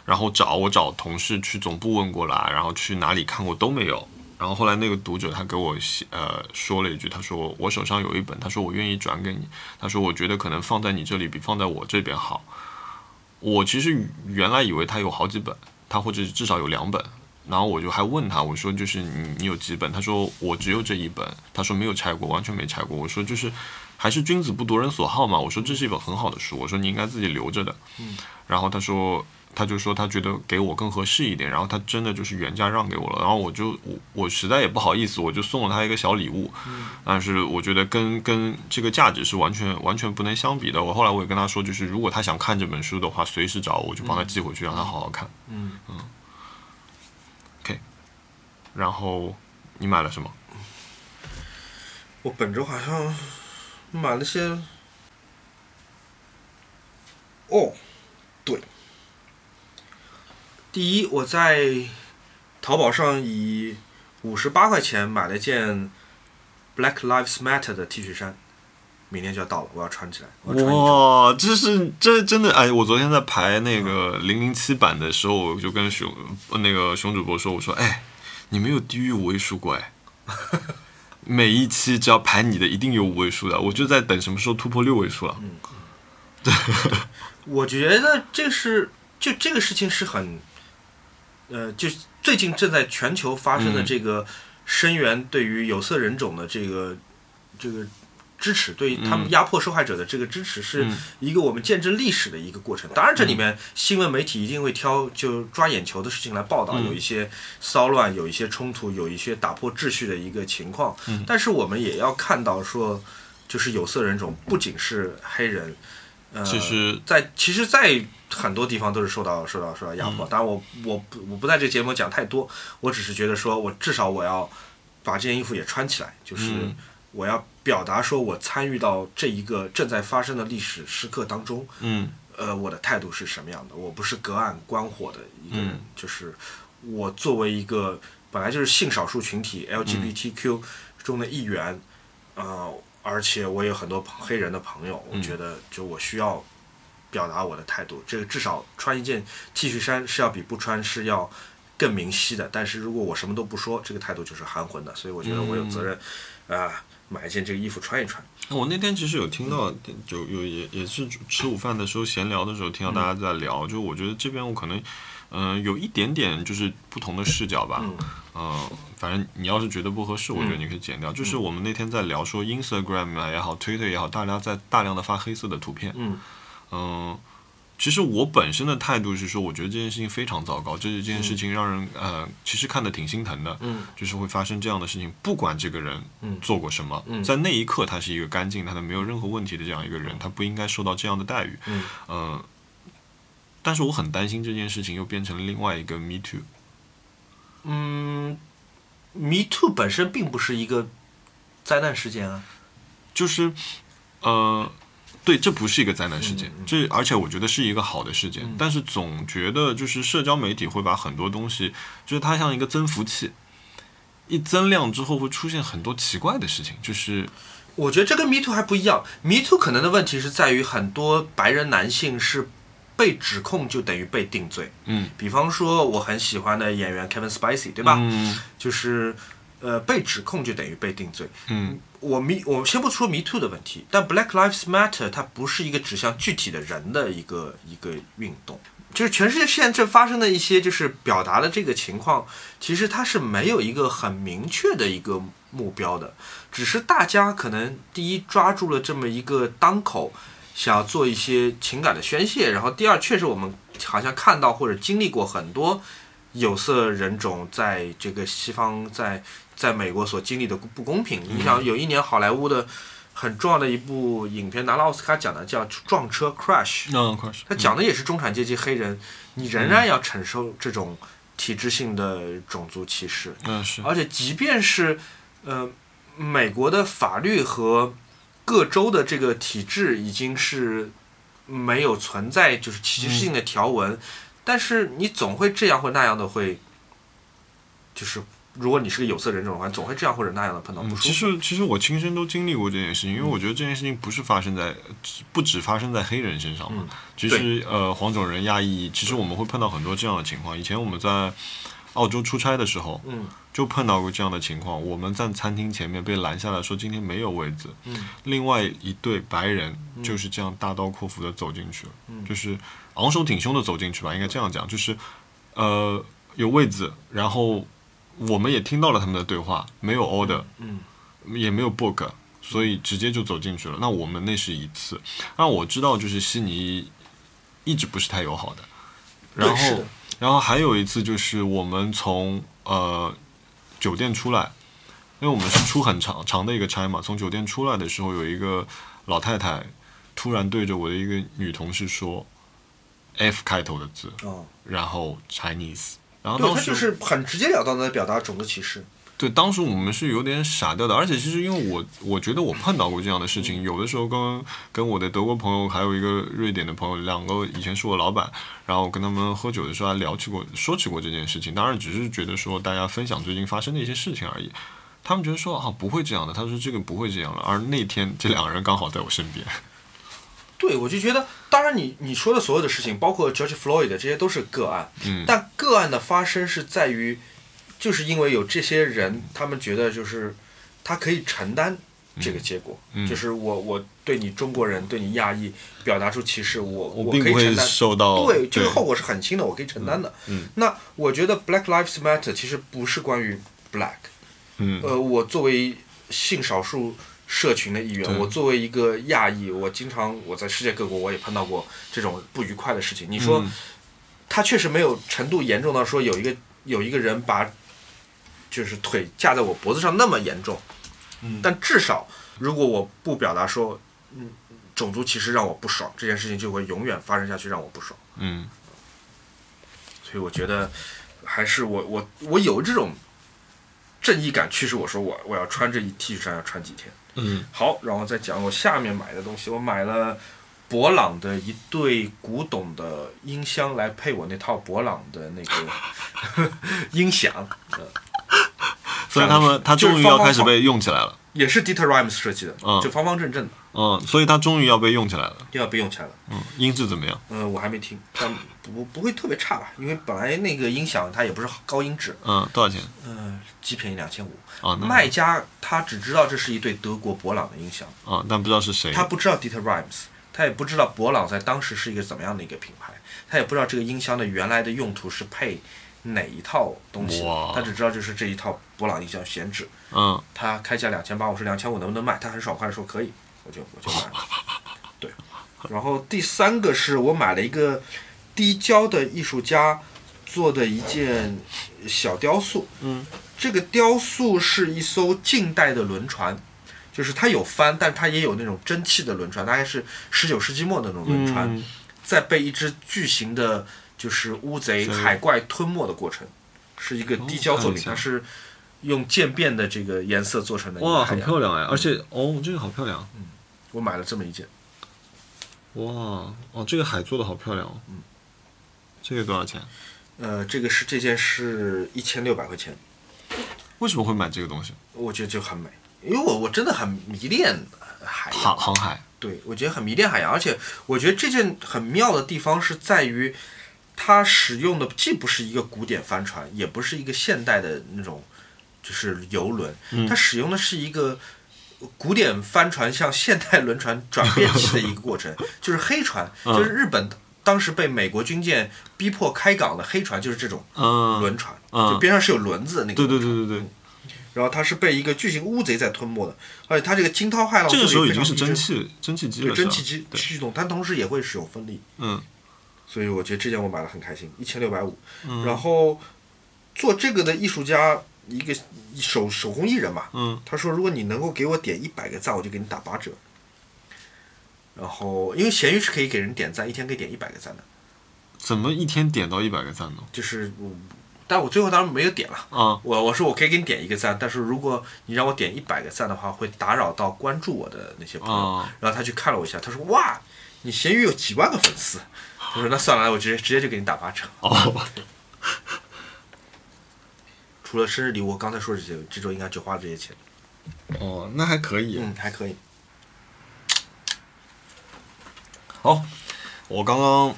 然后找我找同事去总部问过啦，然后去哪里看过都没有。然后后来那个读者他给我写呃说了一句，他说我手上有一本，他说我愿意转给你，他说我觉得可能放在你这里比放在我这边好。我其实原来以为他有好几本，他或者至少有两本。然后我就还嗯问他，我说就是你你有几本？他说我只有这一本。他说没有拆过，完全没拆过。我说就是还是君子不夺人所好嘛。我说这是一本很好的书，我说你应该自己留着的。
嗯，
然后他说，他就说他觉得给我更合适一点，然后他真的就是原价让给我了，然后我就我我实在也不好意思，我就送了他一个小礼物，但是我觉得跟跟这个价值是完全完全不能相比的。我后来我也跟他说，就是如果他想看这本书的话，随时找我，我就帮他寄回去，让他好好看。
嗯
嗯，OK，然后你买了什么？
我本周好像买了些，哦，对，第一我在淘宝上以五十八块钱买了件 Black Lives Matter 的 T 恤衫，明天就要到了，我要穿起来，我要穿一穿。
哇，这是这真的哎！我昨天在排那个零零七版的时候，我就跟熊呃那个熊主播说，我说哎，你没有低于五位数过哎，每一期只要排你的一定有五位数的，我就在等什么时候突破六位数了。
我觉得这是就这个事情是很，呃，就最近正在全球发生的
嗯
这个声援对于有色人种的这个这个支持，对于他们
嗯
压迫受害者的这个支持，是
嗯
一个我们见证历史的一个过程。当然，这里面新闻媒体一定会挑就抓眼球的事情来报道，
嗯
有一些骚乱，有一些冲突，有一些打破秩序的一个情况。
嗯
但是我们也要看到说，就是有色人种不仅是黑人。呃，
其实
在其实，在很多地方都是受到受到受到压迫。当然我，我不我不在这节目讲太多，我只是觉得说，我至少我要把这件衣服也穿起来，就是
嗯
我要表达说我参与到这一个正在发生的历史时刻当中，
嗯
呃，我的态度是什么样的？我不是隔岸观火的一个人，
嗯
就是我作为一个本来就是性少数群体
嗯
LGBTQ 中的一员，呃，而且我有很多朋黑人的朋友，我
嗯
觉得就我需要表达我的态度。这个至少穿一件 T 恤衫是要比不穿是要更明晰的。但是如果我什么都不说，这个态度就是含混的。所以我觉得我有
嗯
责任，啊、买一件这个衣服穿一穿。
我那天其实有听到，就有也也是吃午饭的时候闲聊的时候，听到大家在聊，就我觉得这边我可能，嗯、有一点点就是不同的视角吧，
嗯
嗯、反正你要是觉得不合适，我觉得你可以剪掉。就是我们那天在聊说 Instagram 啊也好，Twitter 也好，大家在大量的发黑色的图片，
嗯
嗯，其实我本身的态度是说，我觉得这件事情非常糟糕，这这件事情让人、呃，其实看得挺心疼的。
嗯
就是会发生这样的事情，不管这个人
嗯
做过什么，
嗯
在那一刻他是一个干净、他的没有任何问题的这样一个人，他不应该受到这样的待遇。
嗯
嗯、但是我很担心这件事情又变成了另外一个 Me Too。
嗯，Me Too 本身并不是一个灾难事件啊。
就是，呃，对，这不是一个灾难事件
嗯嗯，
这而且我觉得是一个好的事件，但是总觉得就是社交媒体会把很多东西，就是它像一个增幅器，一增量之后会出现很多奇怪的事情，就是
我觉得这跟 Me Too 还不一样，Me Too 可能的问题是在于很多白人男性是被指控就等于被定罪。
嗯，
比方说我很喜欢的演员 Kevin Spacey，对吧？
嗯
就是呃被指控就等于被定罪。
嗯
我迷，我先不说 Me Too 的问题，但 Black Lives Matter 它不是一个指向具体的人的一个一个运动，就是全世界现在正发生的一些就是表达的这个情况，其实它是没有一个很明确的一个目标的，只是大家可能第一抓住了这么一个当口，想要做一些情感的宣泄，然后第二，确实我们好像看到或者经历过很多有色人种在这个西方在在美国所经历的不公平。你想，有一年好莱坞的很重要的一部影片拿了奥斯卡奖的叫《撞车 Crash》，
嗯，快说，
它讲的也是中产阶级黑人，你仍然要承受这种体制性的种族歧视。
嗯是，
而且即便是呃，美国的法律和各州的这个体制已经是没有存在就是
嗯
歧视性的条文，但是你总会这样或那样的会，就是如果你是个有色人种的话，总会这样或者那样的碰到不
嗯，
舒服。
其实其实我亲身都经历过这件事情，因为我觉得这件事情不是发生在，不只发生在黑人身上嘛
嗯。
其实呃，黄种人、亚裔，其实我们会碰到很多这样的情况。以前我们在澳洲出差的时候，
嗯
就碰到过这样的情况。我们在餐厅前面被拦下来说今天没有位子，
嗯
另外一对白人就是这样大刀阔斧的走进去了，
嗯
就是昂首挺胸的走进去吧，应该这样讲，就是呃有位子，然后我们也听到了他们的对话，没有 order，
嗯
也没有 book，所以直接就走进去了。那我们那是一次，那我知道就是悉尼一直不是太友好的，
对
然
是
后
的
然后还有一次就是我们从呃酒店出来，因为我们是出很长长的一个差嘛，从酒店出来的时候有一个老太太突然对着我的一个女同事说 F 开头的字，
哦，
然后 Chinese，然后
对
当
他
时
就是很直截了当的表达种族歧视。
对，当时我们是有点傻掉的，而且其实因为我我觉得我碰到过这样的事情，有的时候跟跟我的德国朋友还有一个瑞典的朋友，两个以前是我老板，然后跟他们喝酒的时候还聊起过说起过这件事情，当然只是觉得说大家分享最近发生的一些事情而已。他们觉得说啊不会这样的，他说这个不会这样了，而那天这两个人刚好在我身边，
对，我就觉得，当然你你说的所有的事情，包括 George Floyd 这些都是个案，
嗯
但个案的发生是在于，就是因为有这些人，他们觉得就是他可以承担这个结果，
嗯
就是我我对你中国人对你亚裔表达出歧视，我我
并
可以
不会
承担，
受到
对这个后果是很轻的，我可以承担的。
哦嗯嗯
那我觉得 Black Lives Matter 其实不是关于 Black，
嗯
呃，我作为性少数社群的一员，
对
我作为一个亚裔，我经常我在世界各国我也碰到过这种不愉快的事情。你说，
嗯
他确实没有程度严重到说有一个有一个人把就是腿架在我脖子上那么严重，
嗯
但至少如果我不表达说，嗯，种族歧视让我不爽，这件事情就会永远发生下去，让我不爽。
嗯
所以我觉得还是我我我有这种正义感驱使我说我我要穿这一 T 恤衫要穿几天。
嗯
好，然后再讲我下面买的东西，我买了博朗的一对古董的音箱来配我那套博朗的那个 音响，呃，
所以他们他终于要开始被用起来了，
也是 Dieter Rhymes 设计的，
嗯
就方方正正的，
嗯，所以他终于要被用起来了，
要备用起来了。
嗯，音质怎么样？
嗯、我还没听，但不不不会特别差吧，因为本来那个音响它也不是高音质，
嗯，多少钱？
嗯、极便宜两千五。
啊，那
卖家他只知道这是一对德国博朗的音响，
啊，但不知道是谁。
他不知道 Dieter Rhymes，他也不知道博朗在当时是一个怎么样的一个品牌，他也不知道这个音箱的原来的用途是配哪一套东西
哇，
他只知道就是这一套博朗音箱闲置，
嗯，
他开价两千八，我说两千五能不能卖？他很爽快地说可以，我就我就买了。对，然后第三个是我买了一个滴胶的艺术家做的一件小雕塑，
嗯，
这个雕塑是一艘近代的轮船。就是它有帆，但它也有那种蒸汽的轮船，大概是十九世纪末的那种轮船，
嗯
在被一只巨型的，就是乌贼、
所以
海怪吞没的过程，是一个
哦
滴胶
看
作
一
品，
下
它是用渐变的这个颜色做成的。
哇，很漂。亮哎，而且哦，这个好漂亮，
我买了这么一件，
哇，哦，这个海做的好漂亮哦，
嗯，
这个多少钱？
呃，这个是这件是一千六百块钱，
为什么会买这个东西？
我觉得就很美，因为我我真的很迷恋海
航
洋，
航海，
对我觉得很迷恋海洋，而且我觉得这件很妙的地方是在于。它使用的既不是一个古典帆船，也不是一个现代的那种，就是游轮，
嗯
它使用的是一个古典帆船向现代轮船转变期的一个过程，就是 黑船，
嗯
就是日本当时被美国军舰逼迫开港的黑船，就是这种
嗯，
轮船，
嗯
就边上是有轮子的哦那个。
对对对对对，
然后它是被一个巨型乌贼在吞没的，而且它这个惊涛骇浪
这个时候已经是
做得
蒸
也非常逼
汽蒸
真，
汽机
对
了，是
蒸
吧
汽机
对，
驱动，但同时也会使用风力，
嗯
所以我觉得这件我买了很开心，一千六百五。
嗯
然后做这个的艺术家一个手手工艺人嘛，
嗯，
他说如果你能够给我点一百个赞，我就给你打八折。然后因为闲鱼是可以给人点赞，一天可以点一百个赞的，
怎么一天点到一百个赞呢？
就是我，但我最后当然没有点了。
啊，
我我说我可以给你点一个赞，但是如果你让我点一百个赞的话，会打扰到关注我的那些朋友。
哦
然后他去看了我一下，他说：“哇，你闲鱼有几万个粉丝。”我说：“那算了，我直接直接就给你打八折。
哦，”
除了生日礼物，我刚才说这些，这周应该只花了这些钱。
哦，那还可以，
嗯，还可以。
好，我刚刚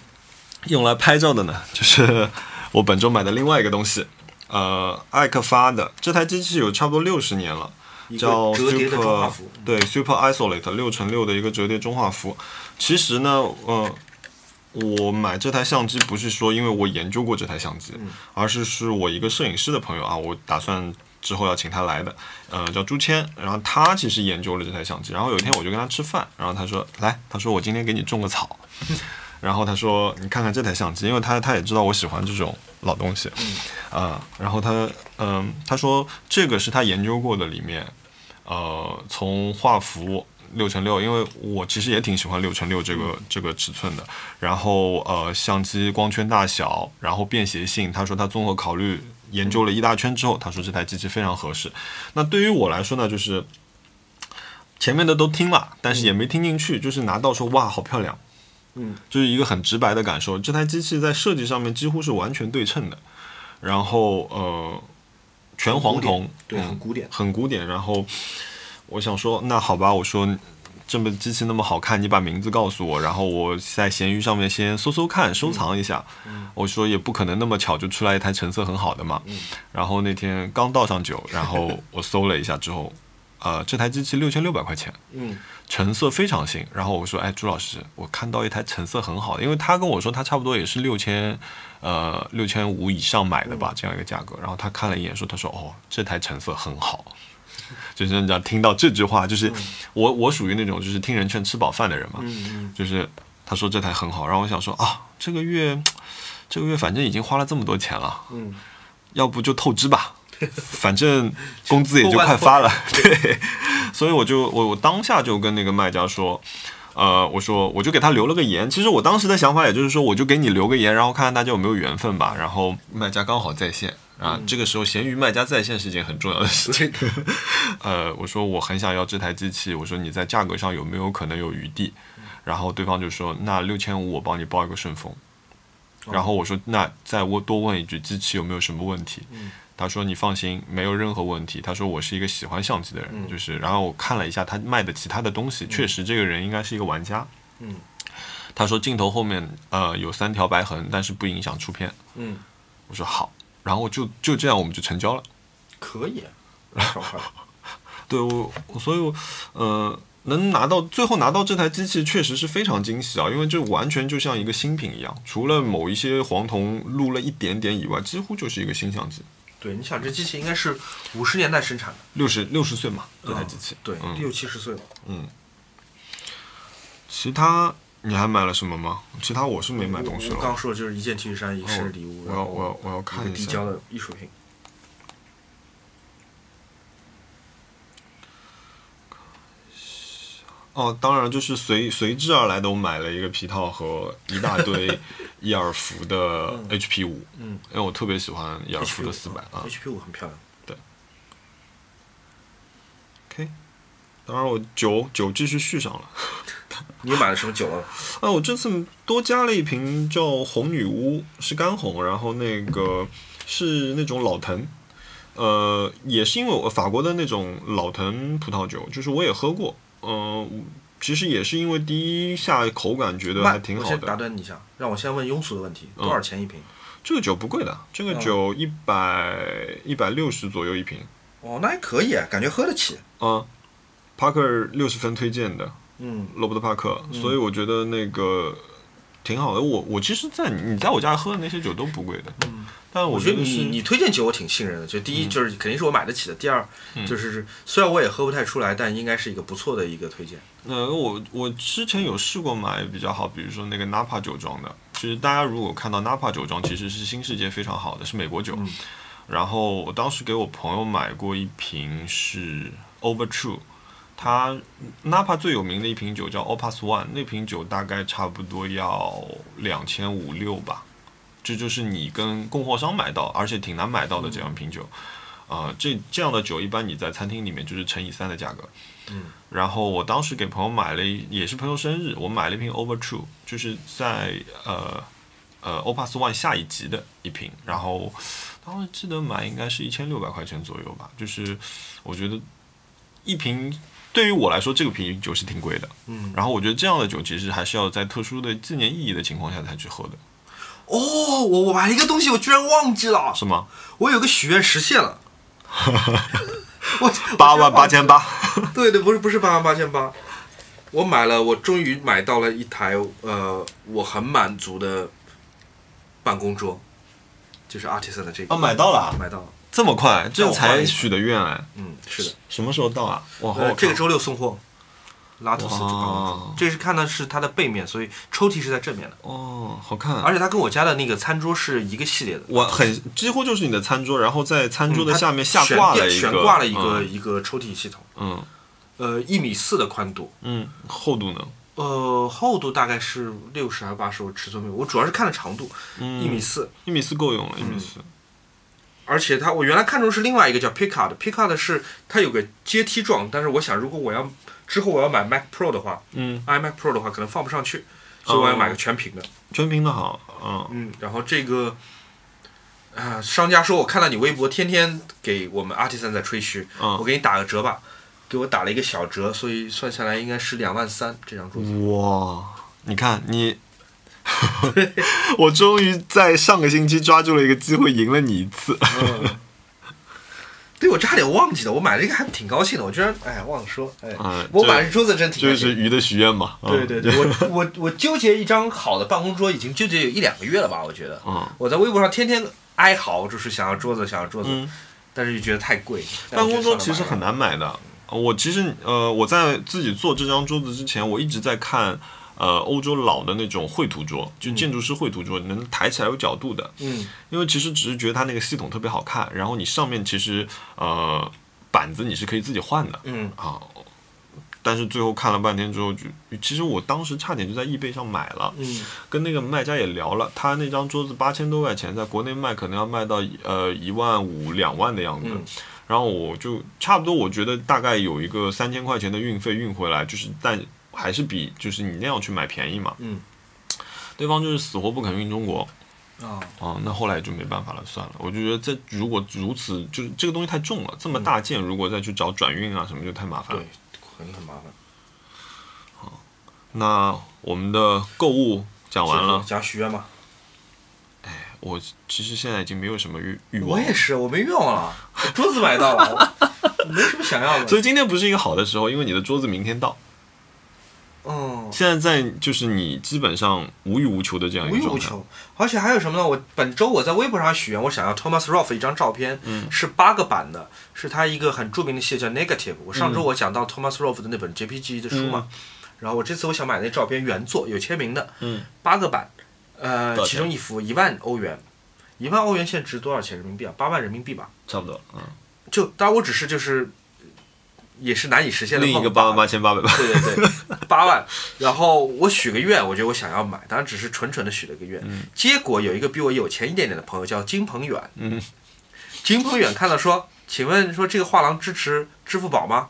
用来拍照的呢， 就是我本周买的另外一个东西，呃，艾克发的这台机器有差不多六十年了。
一
叫
个折叠的中华
Super
服，
对 Super Isolate 六乘六的一个折叠中画幅。其实呢，呃，我买这台相机
嗯
不是说因为我研究过这台相机，而是是我一个摄影师的朋友啊，我打算之后要请他来的，呃，叫朱谦。然后他其实研究了这台相机。然后有一天我就跟他吃饭，然后他说：“来，他说我今天给你种个 草。”然后他说：“你看看这台相机，因为他他也知道我喜欢这种老东西，
嗯
啊、然后他嗯、他说这个是他研究过的里面，呃，从画幅六乘六，因为我其实也挺喜欢六乘六这个这个尺寸的。然后呃，相机光圈大小，然后便携性，他说他综合考虑研究了一大圈之后，他说这台机器非常合适。那对于我来说呢，就是前面的都听了，但是也没听进去，就是拿到说哇，好漂亮。”就是一个很直白的感受。这台机器在设计上面几乎是完全对称的，然后呃，全黄铜，
对，
嗯
很古典。
很古典。然后我想说，那好吧，我说这么机器那么好看，你把名字告诉我，然后我在闲鱼上面先搜搜看，收藏一下。我说也不可能那么巧就出来一台成色很好的嘛。然后那天刚倒上酒，然后我搜了一下之后，呃，这台机器六千六百块钱。
嗯，
成色非常新。然后我说，哎，朱老师，我看到一台成色很好的，因为他跟我说他差不多也是六千，呃，六千五以上买的吧，这样一个价格。然后他看了一眼，说，他说，哦，这台成色很好。就是你知道，听到这句话，就是我我属于那种就是听人劝吃饱饭的人
嗯
嘛，就是他说这台很好，然后我想说啊，这个月这个月反正已经花了这么多钱了，
嗯，
要不就透支吧，反正工资也就快发了，对，所以我就我我当下就跟那个卖家说。呃，我说我就给他留了个言。其实我当时的想法也就是说，我就给你留个言，然后看看大家有没有缘分吧。然后卖家刚好在线啊，这个时候闲鱼卖家在线是一件很重要的事情。呃，我说我很想要这台机器，我说你在价格上有没有可能有余地？然后对方就说那六千五我帮你包一个顺丰。然后我说那再问多问一句，机器有没有什么问题？他说你放心，没有任何问题。他说我是一个喜欢相机的人，就是然后我看了一下他卖的其他的东西，确实这个人应该是一个玩家。
嗯，
他说镜头后面呃有三条白痕，但是不影响出片。
嗯，
我说好，然后就就这样我们就成交了。
可以。啊
对我，我所以我，呃，能拿到最后拿到这台机器，确实是非常惊喜啊！因为这完全就像一个新品一样，除了某一些黄铜露了一点点以外，几乎就是一个新相机。
对，你想这机器应该是五十年代生产的，
六十六十岁嘛，这台机器。
对，
嗯
六七十岁了。
其他你还买了什么吗？其他我是没买
我
东西
我
了。
刚说的就是一件 T 恤衫，一
哦
身礼物，
我
然
要
后
我要我要看
一个
一
递
下
交。的艺术品。
哦，当然就是随随之而来的，我买了一个皮套和一大 堆伊尔福的 HP 五，
嗯，
因为我特别喜欢伊尔
HP
福
五
的四百啊。
，HP 五很漂亮。
OK，当然我酒酒继续续上了。
你买了什么酒啊？
啊，我这次多加了一瓶叫红女巫，是干红，然后那个是那种老藤，呃，也是因为我法国的那种老藤葡萄酒，就是我也喝过，呃，其实也是因为第一下口感觉得
卖
还挺
我
好
先打
的。嗯
断你一下，让我先问庸俗的问题，多少钱一瓶？
这个酒不贵的，这个酒一百一百六十左右一瓶，
哦，那还可以，感觉喝得起。
啊、帕克六十分推荐的，
嗯，
罗伯特·帕克，所以我觉得那个挺好的。我我其实在，你在我家喝的那些酒都不贵的，但我
嗯我觉
觉
得
得是
你你推荐酒我挺信任的，就第
嗯
一就是肯定是我买得起的，第二就是虽然我也喝不太出来，但应该是一个不错的一个推荐。
呃，我我之前有试过买比较好，比如说那个 Napa 酒庄的，其实大家如果看到 Napa 酒庄，其实是新世界非常好的，是美国酒。然后我当时给我朋友买过一瓶是 Overtrue，它 Napa 最有名的一瓶酒叫 Opus One，那瓶酒大概差不多要两千五六吧，这就是你跟供货商买到，而且挺难买到的这样一瓶酒。啊、这这样的酒一般你在餐厅里面就是乘以三的价格。然后我当时给朋友买了一，也是朋友生日，我买了一瓶 Overtrue，就是在呃呃 Opus One 下一级的一瓶，然后当时记得买应该是一千六百块钱左右吧，就是我觉得一瓶对于我来说这个瓶酒是挺贵的，
嗯，
然后我觉得这样的酒其实还是要在特殊的纪念意义的情况下才去喝的，
哦，我我买了一个东西，我居然忘记了，
是吗？
我有个许愿实 现了。我
八万八，千八，
我居然忘对对，不是不是八万八千八，我买了，我终于买到了一台呃，我很满足的办公桌，就是 artisan 的这个
哦，买到了啊，
买到了，
这么快，这
我换一
才
个
许的愿哎，
嗯，是的。
什么时候到啊？哇，好好
呃，这个
看
周六送货，拉图斯主办公
哇
司。这是看的是它的背面，所以抽屉是在正面的。
哦，好看。
而且它跟我家的那个餐桌是一个系列的。嗯
我很几乎就是你的餐桌，然后在餐桌的
它
下面下挂了一
悬
个，
悬挂了一个、一个抽屉系统，
嗯，
呃，一米四的宽度，
嗯嗯，厚度呢？
呃，厚度大概是六十还是八十，我尺寸没有，我主要是看的长度，
嗯，
一米四。
一米四够用了，一米四。
而且它，我原来看中是另外一个叫 Picard，Picard 是它有个阶梯状，但是我想如果我要之后我要买 Mac Pro 的话
嗯，
，iMac Pro 的话可能放不上去，所以我要买个全屏的。
全屏的好，哦嗯，
嗯，然后这个，啊、商家说我看到你微博天天给我们 artisan 在吹嘘，
嗯
我给你打个折吧，给我打了一个小折，所以算下来应该是两万三这张桌子。
哇，你看你， 我终于在上个星期抓住了一个机会，赢了你一次。哦
对，我差点忘记了，我买这个还挺高兴的，我居然哎呀忘了说，哎，
嗯
我
这
买这桌子真挺
就
高兴
是
的。
鱼的许愿嘛。嗯
对对对，我我我纠结一张好的办公桌已经纠结有一两个月了吧，我觉得。
嗯，
我在微博上天天哀嚎，就是想要桌子，想要桌子，
嗯
但是又觉得太贵。
办公桌其实
难。
很难买的。我其实呃，我在自己做这张桌子之前，我一直在看呃欧洲老的那种绘图桌，就建筑师绘图桌，能抬起来有角度的。
嗯，
因为其实只是觉得它那个系统特别好看，然后你上面其实呃板子你是可以自己换的。
嗯
啊。但是最后看了半天之后，就其实我当时差点就在易贝上买了，
嗯，
跟那个卖家也聊了，他那张桌子八千多块钱，在国内卖可能要卖到呃一万五两万的样子，
嗯
然后我就差不多，我觉得大概有一个三千块钱的运费运回来，就是但还是比就是你那样去买便宜嘛，
嗯，
对方就是死活不肯运中国，
啊、
啊，那后来就没办法了，算了。我就觉得这如果如此，就是这个东西太重了，这么大件，如果再去找转运啊什么，就太麻烦了
嗯对。，很很麻烦。
那我们的购物讲完了，
讲许愿吧。
我其实现在已经没有什么欲欲
我
望了，
也是，我没愿望了，我桌子买到了，我 没什么想要
所
的。
以今天不是一个好的时候，因为你的桌子明天
哦
到，
嗯，
现在在就是你基本上无欲无求的这样一
无
个
欲无
状态。
求。而且还有什么呢？我本周我在微博上许愿，我想要 Thomas Roth 一张照片，
嗯
是八个版的，是他一个很著名的系列叫 Negative。我上
嗯
周我讲到 Thomas Roth 的那本 JPG 的书嘛，然后我这次我想买那照片原作有签名的，
嗯，
八个版，呃
多，少钱
其中一幅一万欧元，一万欧元现在值多少钱人民币啊？八万人民币吧。
差不多，嗯，
就当然我只是就是也是难以实现的
另一
梦
个
吧
八万八千八百八，
对对对，八万。然后我许个愿，我觉得我想要买，当然只是纯纯的许了个愿。结果有一个比我有钱一点点的朋友叫金鹏远，
嗯，
金鹏远看到说，请问说这个画廊支持支付宝吗？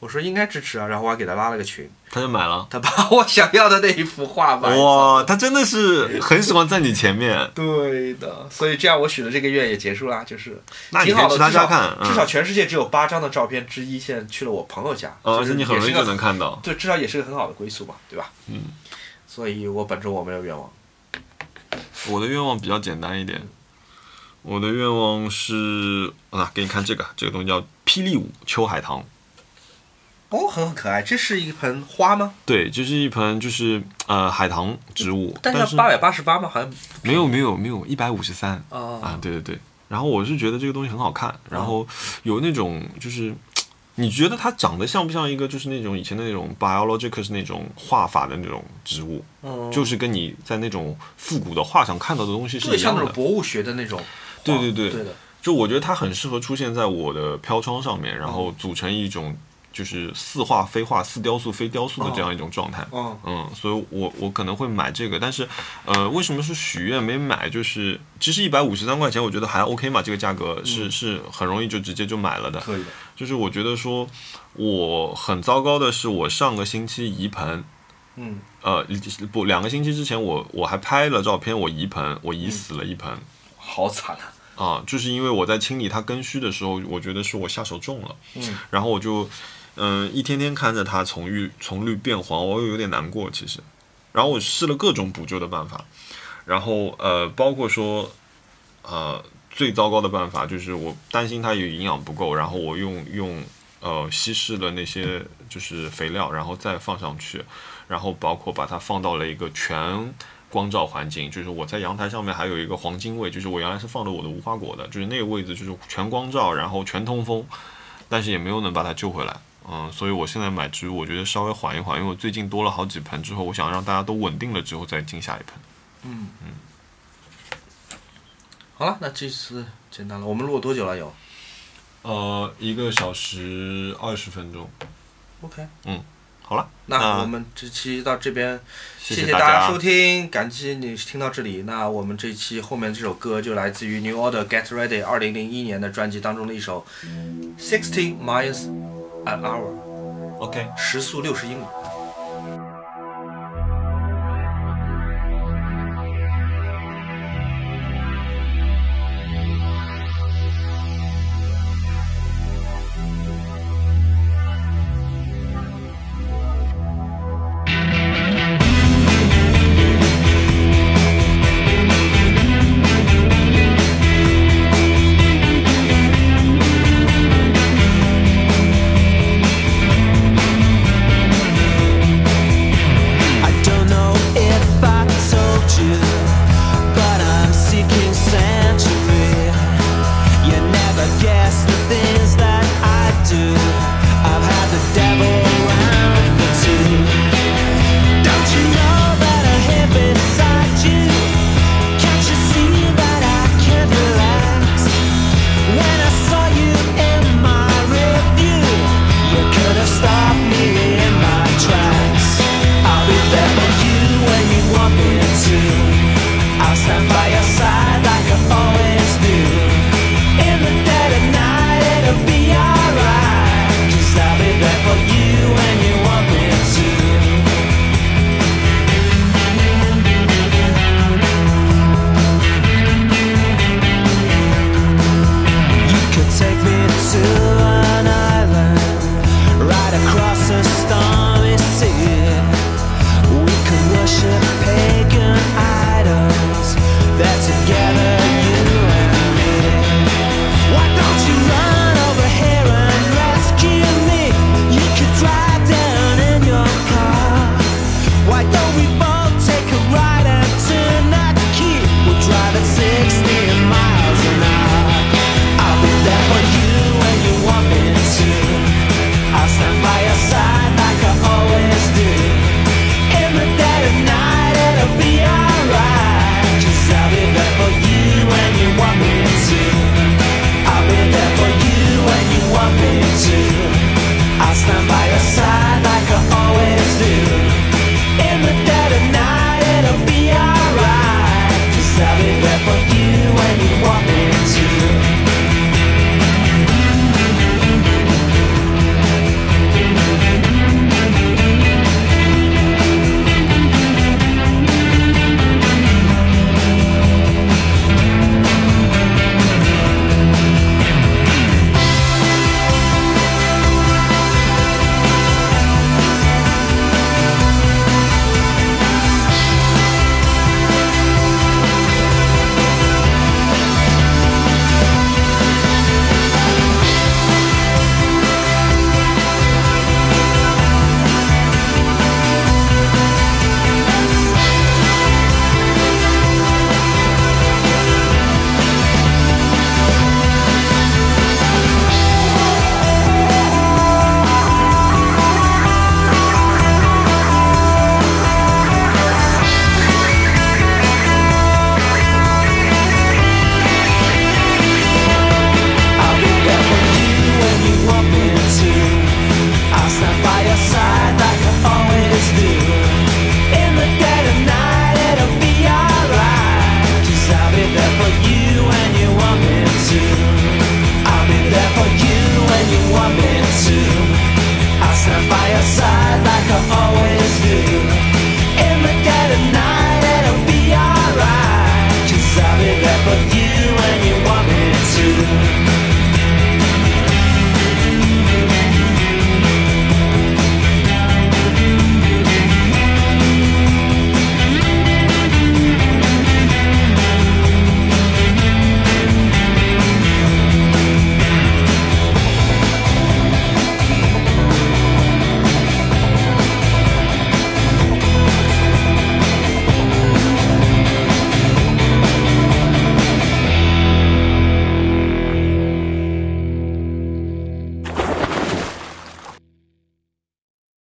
我说应该支持啊，然后我还给他拉了个群，
他就买了。
他把我想要的那一幅画买了。，
哇，他真的是很喜欢在你前面
对的，所以这样我许的这个愿也结束啦，就是
那啊你
挺
可以
好
去
的，
他
至
家
少
看，嗯
至少全世界只有八张的照片之一，现在去了我朋友家，
呃而
就
且
是
你很容易
也是
就
个
能看到。
对，至少也是个很好的归宿嘛，对吧？
嗯。
所以我本周我没有愿望，
我的愿望比较简单一点，我的愿望是啊，给你看这个，这个东西叫霹雳舞秋海棠，
哦，很很可爱，这是一盆花吗？
对，就是一盆就是呃海棠植物，
但
但
是要
是
八百八十八吗？好像
没有没有没有一百五十三
啊嗯
啊，对对对，然后我是觉得这个东西很好看，然后有那种就是。你觉得它长得像不像一个就是那种以前的那种 biological 是那种画法的那种植物，
嗯，
就是跟你在那种复古的画上看到的东西是
对，
一样
像那
的
种。博物学的那种花。
对对对
对的，
就我觉得它很适合出现在我的飘窗上面，然
嗯
后组成一种就是似画非画、似雕塑非雕塑的这样一种状态。
嗯
嗯，所以我我可能会买这个，但是，呃，为什么是许愿没买？就是其实一百五十三块钱，我觉得还 OK 嘛，这个价格是、是很容易就直接就买了的。
可以的。
就是我觉得说，我很糟糕的是，我上个星期移盆，
嗯，
呃，不，两个星期之前我我还拍了照片，我移盆，我移死了一盆。
好惨啊！
啊，就是因为我在清理它根须的时候，我觉得是我下手重了，
嗯，
然后我就，嗯，一天天看着它从绿从绿变黄，我有点难过其实，然后我试了各种补救的办法，然后呃，包括说，呃，最糟糕的办法就是我担心它有营养不够，然后我用用呃稀释的那些就是肥料，然后再放上去，然后包括把它放到了一个全光照环境，就是我在阳台上面还有一个黄金位，就是我原来是放着我的无花果的，就是那个位置就是全光照，然后全通风，但是也没有能把它救回来。嗯，所以我现在买植物，我觉得稍微缓一缓，因为我最近多了好几盆之后，我想让大家都稳定了之后再进下一盆。
好了，那这次简单了。我们录了多久了？有
呃，一个小时二十分钟，
OK。
嗯好了，
那我们这期到这边，
谢
谢
大
大家收听，感激你听到这里。那我们这期后面这首歌就来自于 New Order Get Ready 二零零一年的专辑当中的一首 Sixty Miles an Hour，
OK，
时速六十英里。